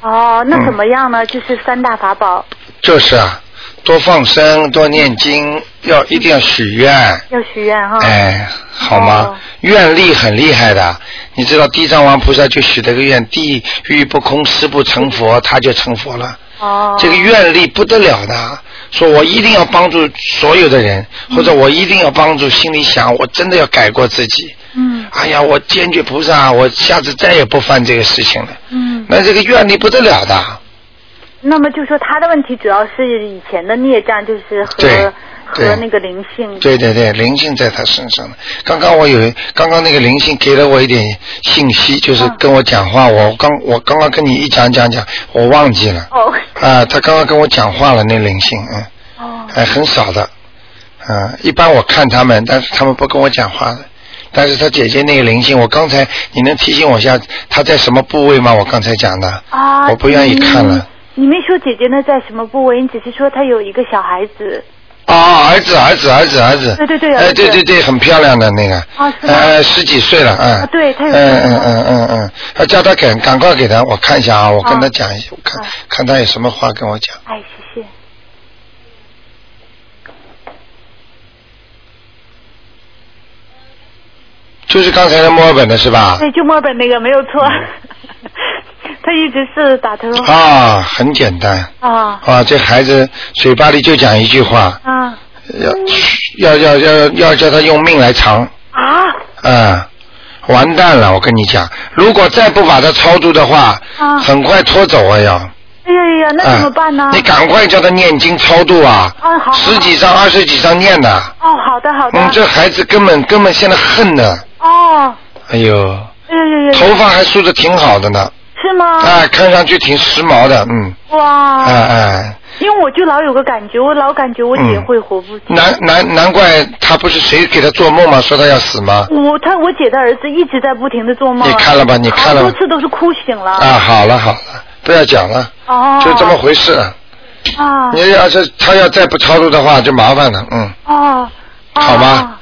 Speaker 10: 哦，
Speaker 1: 嗯
Speaker 10: 那怎么样呢？就是三大法宝
Speaker 1: 就是啊，多放生，多念经，要一定要许愿，
Speaker 10: 要许愿哈。
Speaker 1: 哎，好吗？
Speaker 10: 哦
Speaker 1: 愿力很厉害的，你知道地藏王菩萨就许了个愿，地狱不空，誓不成佛，他就成佛了。
Speaker 10: 嗯哦。
Speaker 1: 这个愿力不得了的，说我一定要帮助所有的人，
Speaker 10: 嗯
Speaker 1: 或者我一定要帮助，心里想我真的要改过自己。
Speaker 10: 嗯。
Speaker 1: 哎呀，我坚决菩萨，我下次再也不犯这个事情了。
Speaker 10: 嗯。
Speaker 1: 那这个愿力不得了的，
Speaker 10: 那么就说他的问题主要是以前的孽障，就是
Speaker 1: 对
Speaker 10: 和
Speaker 1: 对
Speaker 10: 和那个灵性。
Speaker 1: 对对对，灵性在他身上的。刚刚我有，刚刚那个灵性给了我一点信息，就是
Speaker 10: 嗯
Speaker 1: 跟我讲话，我刚我刚刚跟你一讲讲讲，我忘记了。
Speaker 10: 哦
Speaker 1: 啊，他刚刚跟我讲话了，那灵性，嗯。
Speaker 10: 哦
Speaker 1: 哎，很少的，啊，一般我看他们，但是他们不跟我讲话的。但是他姐姐那个灵性，我刚才你能提醒我一下，他在什么部位吗？我刚才讲的，
Speaker 10: 啊！
Speaker 1: 我不愿意看了。
Speaker 10: 你。你没说姐姐那在什么部位，你只是说她有一个小孩子。
Speaker 1: 啊，儿子，儿子，儿子，儿子。
Speaker 10: 对对对儿
Speaker 1: 哎，
Speaker 10: 子
Speaker 1: 对对对，很漂亮的那个。
Speaker 10: 啊，是吗？
Speaker 1: 呃，十几岁了，嗯。
Speaker 10: 啊对他有
Speaker 1: 嗯嗯嗯嗯嗯，要叫他给，赶快给他，我看一下啊，我跟他
Speaker 10: 啊
Speaker 1: 讲一下，我看
Speaker 10: 啊
Speaker 1: 看他有什么话跟我讲。
Speaker 10: 哎，谢谢。
Speaker 1: 就是刚才的墨尔本的是吧？嗯
Speaker 10: 对，就墨尔本那个没有错。 他一直是打头。
Speaker 1: 啊，很简单。
Speaker 10: 啊
Speaker 1: 啊，这孩子嘴巴里就讲一句话，
Speaker 10: 啊
Speaker 1: 要要要要要叫他用命来偿，
Speaker 10: 啊！
Speaker 1: 啊，完蛋了！我跟你讲，如果再不把他超度的话，
Speaker 10: 啊
Speaker 1: 很快拖走啊要。
Speaker 10: 哎呀呀，那怎么办呢？
Speaker 1: 你赶快叫他念经超度啊，
Speaker 10: 啊，好。
Speaker 1: 十几张、二十几张念呐、
Speaker 10: 哦，好的好的。
Speaker 1: 嗯，这孩子根本根本现在恨呢，
Speaker 10: 哦，
Speaker 1: 哎呦，
Speaker 10: 哎呀呀呀！
Speaker 1: 头发还梳的挺好的呢，
Speaker 10: 是吗？
Speaker 1: 哎，看上去挺时髦的，嗯，
Speaker 10: 哇！
Speaker 1: 哎哎。
Speaker 10: 因为我就老有个感觉，我老感觉我姐
Speaker 1: 嗯
Speaker 10: 会活不久。
Speaker 1: 难难难怪他不是谁给他做梦吗？说他要死吗？
Speaker 10: 我他我姐的儿子一直在不停的做梦，啊
Speaker 1: 你看了吧你看了吧
Speaker 10: 好多次都是哭醒了。
Speaker 1: 啊，好了好了，不要讲了，
Speaker 10: 哦，
Speaker 1: 就这么回事。
Speaker 10: 啊
Speaker 1: 你要是他要再不超度的话，就麻烦了，嗯，
Speaker 10: 哦，啊
Speaker 1: 好吗？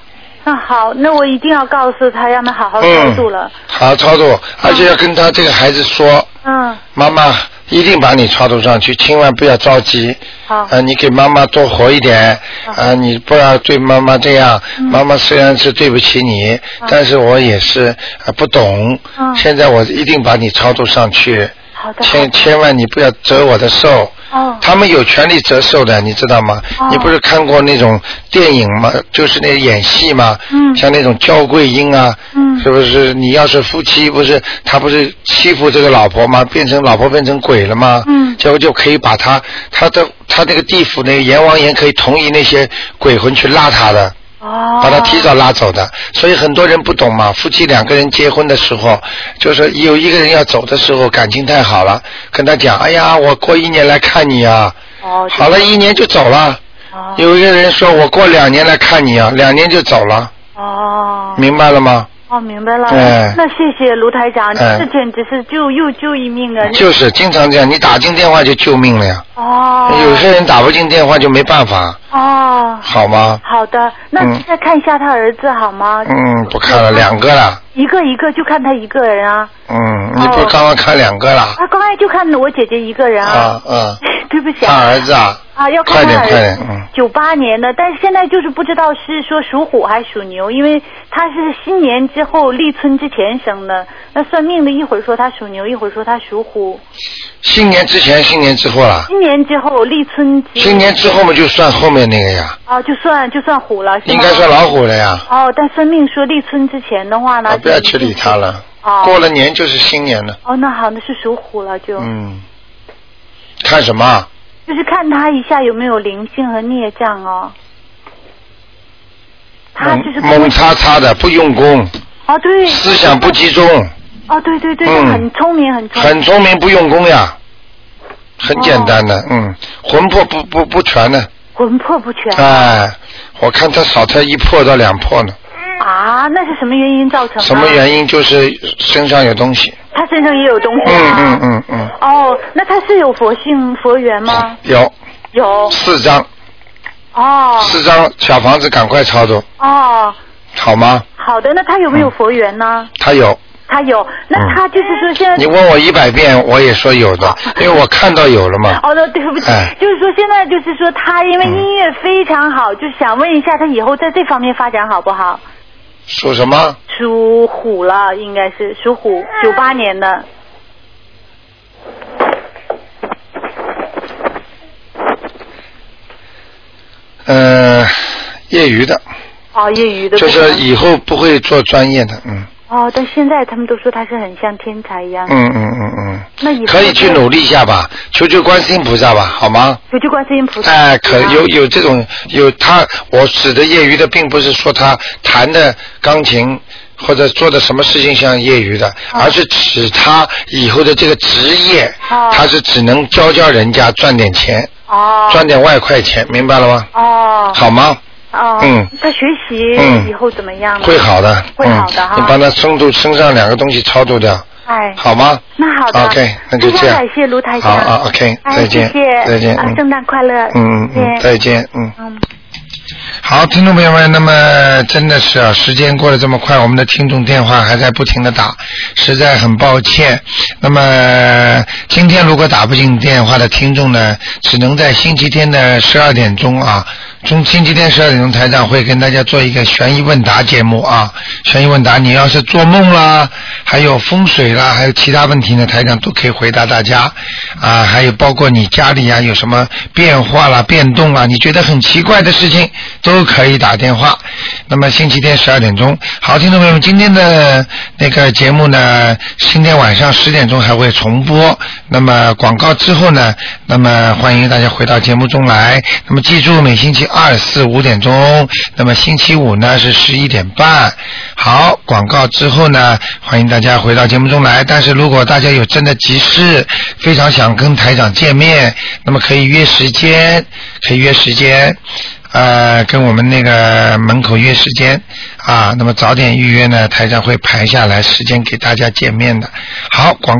Speaker 10: 那好，那我一定要告诉他，让他好好
Speaker 1: 嗯
Speaker 10: 操作了。
Speaker 1: 好好超度，而且要跟他这个孩子说，
Speaker 10: 嗯，
Speaker 1: 妈妈一定把你超度上去，千万不要着急。
Speaker 10: 好
Speaker 1: 啊、，你给妈妈多活一点，啊、你不要对妈妈这样。
Speaker 10: 嗯
Speaker 1: 妈妈虽然是对不起你，但是我也是啊、不懂、
Speaker 10: 嗯
Speaker 1: 现在我一定把你超度上去。
Speaker 10: 好的，
Speaker 1: 千千万你不要折我的寿，
Speaker 10: 哦，
Speaker 1: 他们有权利折寿的，你知道吗？
Speaker 10: 哦
Speaker 1: 你不是看过那种电影吗？就是那演戏吗？
Speaker 10: 嗯
Speaker 1: 像那种娇贵英啊，
Speaker 10: 嗯
Speaker 1: 是不是？你要是夫妻，不是他不是欺负这个老婆吗？变成老婆变成鬼了吗？
Speaker 10: 嗯
Speaker 1: 结果就可以把他他的他那个地府那个阎王爷可以同意那些鬼魂去拉他的。
Speaker 10: 哦，
Speaker 1: 把他提早拉走的。所以很多人不懂嘛，夫妻两个人结婚的时候，就是有一个人要走的时候，感情太好了，跟他讲，哎呀，我过一年来看你啊，
Speaker 10: 哦，
Speaker 1: 好了一年就走了。
Speaker 10: 哦
Speaker 1: 有一个人说，我过两年来看你啊，两年就走了，
Speaker 10: 哦，
Speaker 1: 明白了吗？
Speaker 10: 哦，明白了。
Speaker 1: 哎
Speaker 10: 那谢谢卢台长，
Speaker 1: 哎
Speaker 10: 这简直是救又救一命啊！
Speaker 1: 就是经常这样，你打进电话就救命了呀。
Speaker 10: 哦，
Speaker 1: 有些人打不进电话就没办法，
Speaker 10: 哦，
Speaker 1: 好吗？
Speaker 10: 好的，那
Speaker 1: 嗯
Speaker 10: 再看一下他儿子好吗？
Speaker 1: 嗯，不看了，两个了。
Speaker 10: 一个一个就看他一个人啊，
Speaker 1: 嗯，你不是刚刚看两个了？
Speaker 10: 啊，刚才就看我姐姐一个人啊。
Speaker 1: 啊，嗯，
Speaker 10: 对不起
Speaker 1: 他
Speaker 10: 啊，
Speaker 1: 儿子啊，
Speaker 10: 啊，要看
Speaker 1: 快点
Speaker 10: 他
Speaker 1: 快点，嗯，
Speaker 10: 九八年的，但是现在就是不知道是说属虎还是属牛，因为他是新年之后立春之前生的。那算命的一会儿说他属牛，一会儿说他属虎。
Speaker 1: 新年之前，新年之后啦，
Speaker 10: 新年之后立春之
Speaker 1: 新年之后嘛就算后面那个呀，
Speaker 10: 啊，就算就算虎了，是吗
Speaker 1: 应该算老虎了呀，
Speaker 10: 哦，但算命说立春之前的话呢，
Speaker 1: 啊，不要去理他了，
Speaker 10: 哦
Speaker 1: 过了年就是新年了，
Speaker 10: 哦，那好，那是属虎了就。
Speaker 1: 嗯，看什么啊？
Speaker 10: 就是看他一下有没有灵性和孽障哦。他就是
Speaker 1: 猛猛擦擦的，不用功，
Speaker 10: 哦，对。
Speaker 1: 思想不集中，
Speaker 10: 哦，对对对，
Speaker 1: 嗯
Speaker 10: 他很聪明，很聪明。
Speaker 1: 很聪明不用功呀，很简单
Speaker 10: 哦
Speaker 1: 的，嗯，魂魄不不不全的，
Speaker 10: 魂魄不全。
Speaker 1: 哎，我看他少他一魄到两魄呢，
Speaker 10: 啊，那是什么原因造成的？
Speaker 1: 什么原？因？就是身上有东西，
Speaker 10: 他身上也有东西
Speaker 1: 嗯
Speaker 10: 啊。
Speaker 1: 嗯嗯嗯，
Speaker 10: 哦，那他是有佛性佛缘吗？
Speaker 1: 有
Speaker 10: 有。
Speaker 1: 四张，
Speaker 10: 哦
Speaker 1: 四张小房子赶快操作，
Speaker 10: 哦，
Speaker 1: 好吗？
Speaker 10: 好的，那他有没
Speaker 1: 嗯
Speaker 10: 有佛缘呢？
Speaker 1: 他有，
Speaker 10: 他有，那他就是说现在。
Speaker 1: 嗯你问我一百遍，我也说有的，因为我看到有了嘛。
Speaker 10: 哦，那对不起，
Speaker 1: 哎嗯
Speaker 10: 就是说现在就是说他因为音乐非常好，就想问一下他以后在这方面发展好不好？
Speaker 1: 属什么？
Speaker 10: 属虎了，应该是属虎，九八年的。
Speaker 1: 呃，业余的，
Speaker 10: 哦，业余的。
Speaker 1: 就是以后不会做专业的，嗯
Speaker 10: 哦，但现在他们都说他是很像天才一样。
Speaker 1: 嗯嗯嗯
Speaker 10: 那以
Speaker 1: 嗯，
Speaker 10: 后
Speaker 1: 可以去努力一下吧，求求观世音菩萨吧，好吗？
Speaker 10: 求求观世音菩萨。
Speaker 1: 哎，可有有这种有他，我指的业余的，并不是说他弹的钢琴或者做的什么事情像业余的，
Speaker 10: 啊
Speaker 1: 而是指他以后的这个职业，
Speaker 10: 啊
Speaker 1: 他是只能教教人家赚点钱，赚点外快钱，明白了吗？
Speaker 10: 哦。
Speaker 1: 好吗？
Speaker 10: 哦。
Speaker 1: 嗯
Speaker 10: 他学习
Speaker 1: 嗯
Speaker 10: 以后怎么样呢？
Speaker 1: 会好的，
Speaker 10: 会好的
Speaker 1: 嗯，你
Speaker 10: 哈
Speaker 1: 帮。他深度身上两个东西超度掉，
Speaker 10: 哎。
Speaker 1: 好吗？
Speaker 10: 那好的。
Speaker 1: OK，那就
Speaker 10: 非常
Speaker 1: 这样
Speaker 10: 感谢卢台长。
Speaker 1: 好啊，OK，
Speaker 10: 哎
Speaker 1: 再见
Speaker 10: 谢谢。
Speaker 1: 再见
Speaker 10: 啊
Speaker 1: 嗯
Speaker 10: 圣诞快乐。
Speaker 1: 嗯嗯嗯，再见，嗯。
Speaker 10: 嗯。
Speaker 1: 好，听众朋友们，那么真的是啊，时间过得这么快，我们的听众电话还在不停的打，实在很抱歉。那么今天如果打不进电话的听众呢，只能在星期天的十二点钟啊，从星期天十二点钟台长会跟大家做一个悬疑问答节目啊，悬疑问答，你要是做梦啦，还有风水啦，还有其他问题呢，台长都可以回答大家啊，还有包括你家里啊有什么变化啦、变动啦，你觉得很奇怪的事情都可以打电话。那么星期天十二点钟，好，听众朋友们，今天的那个节目呢，今天晚上十点钟还会重播。那么广告之后呢，那么欢迎大家回到节目中来。那么记住每星期二、四、五点钟，那么星期五呢是十一点半。好，广告之后呢，欢迎大家回到节目中来。但是如果大家有真的急事，非常想跟台长见面，那么可以约时间，可以约时间。呃，跟我们那个门口约时间啊，那么早点预约呢，台长会排下来时间给大家见面的。好，广。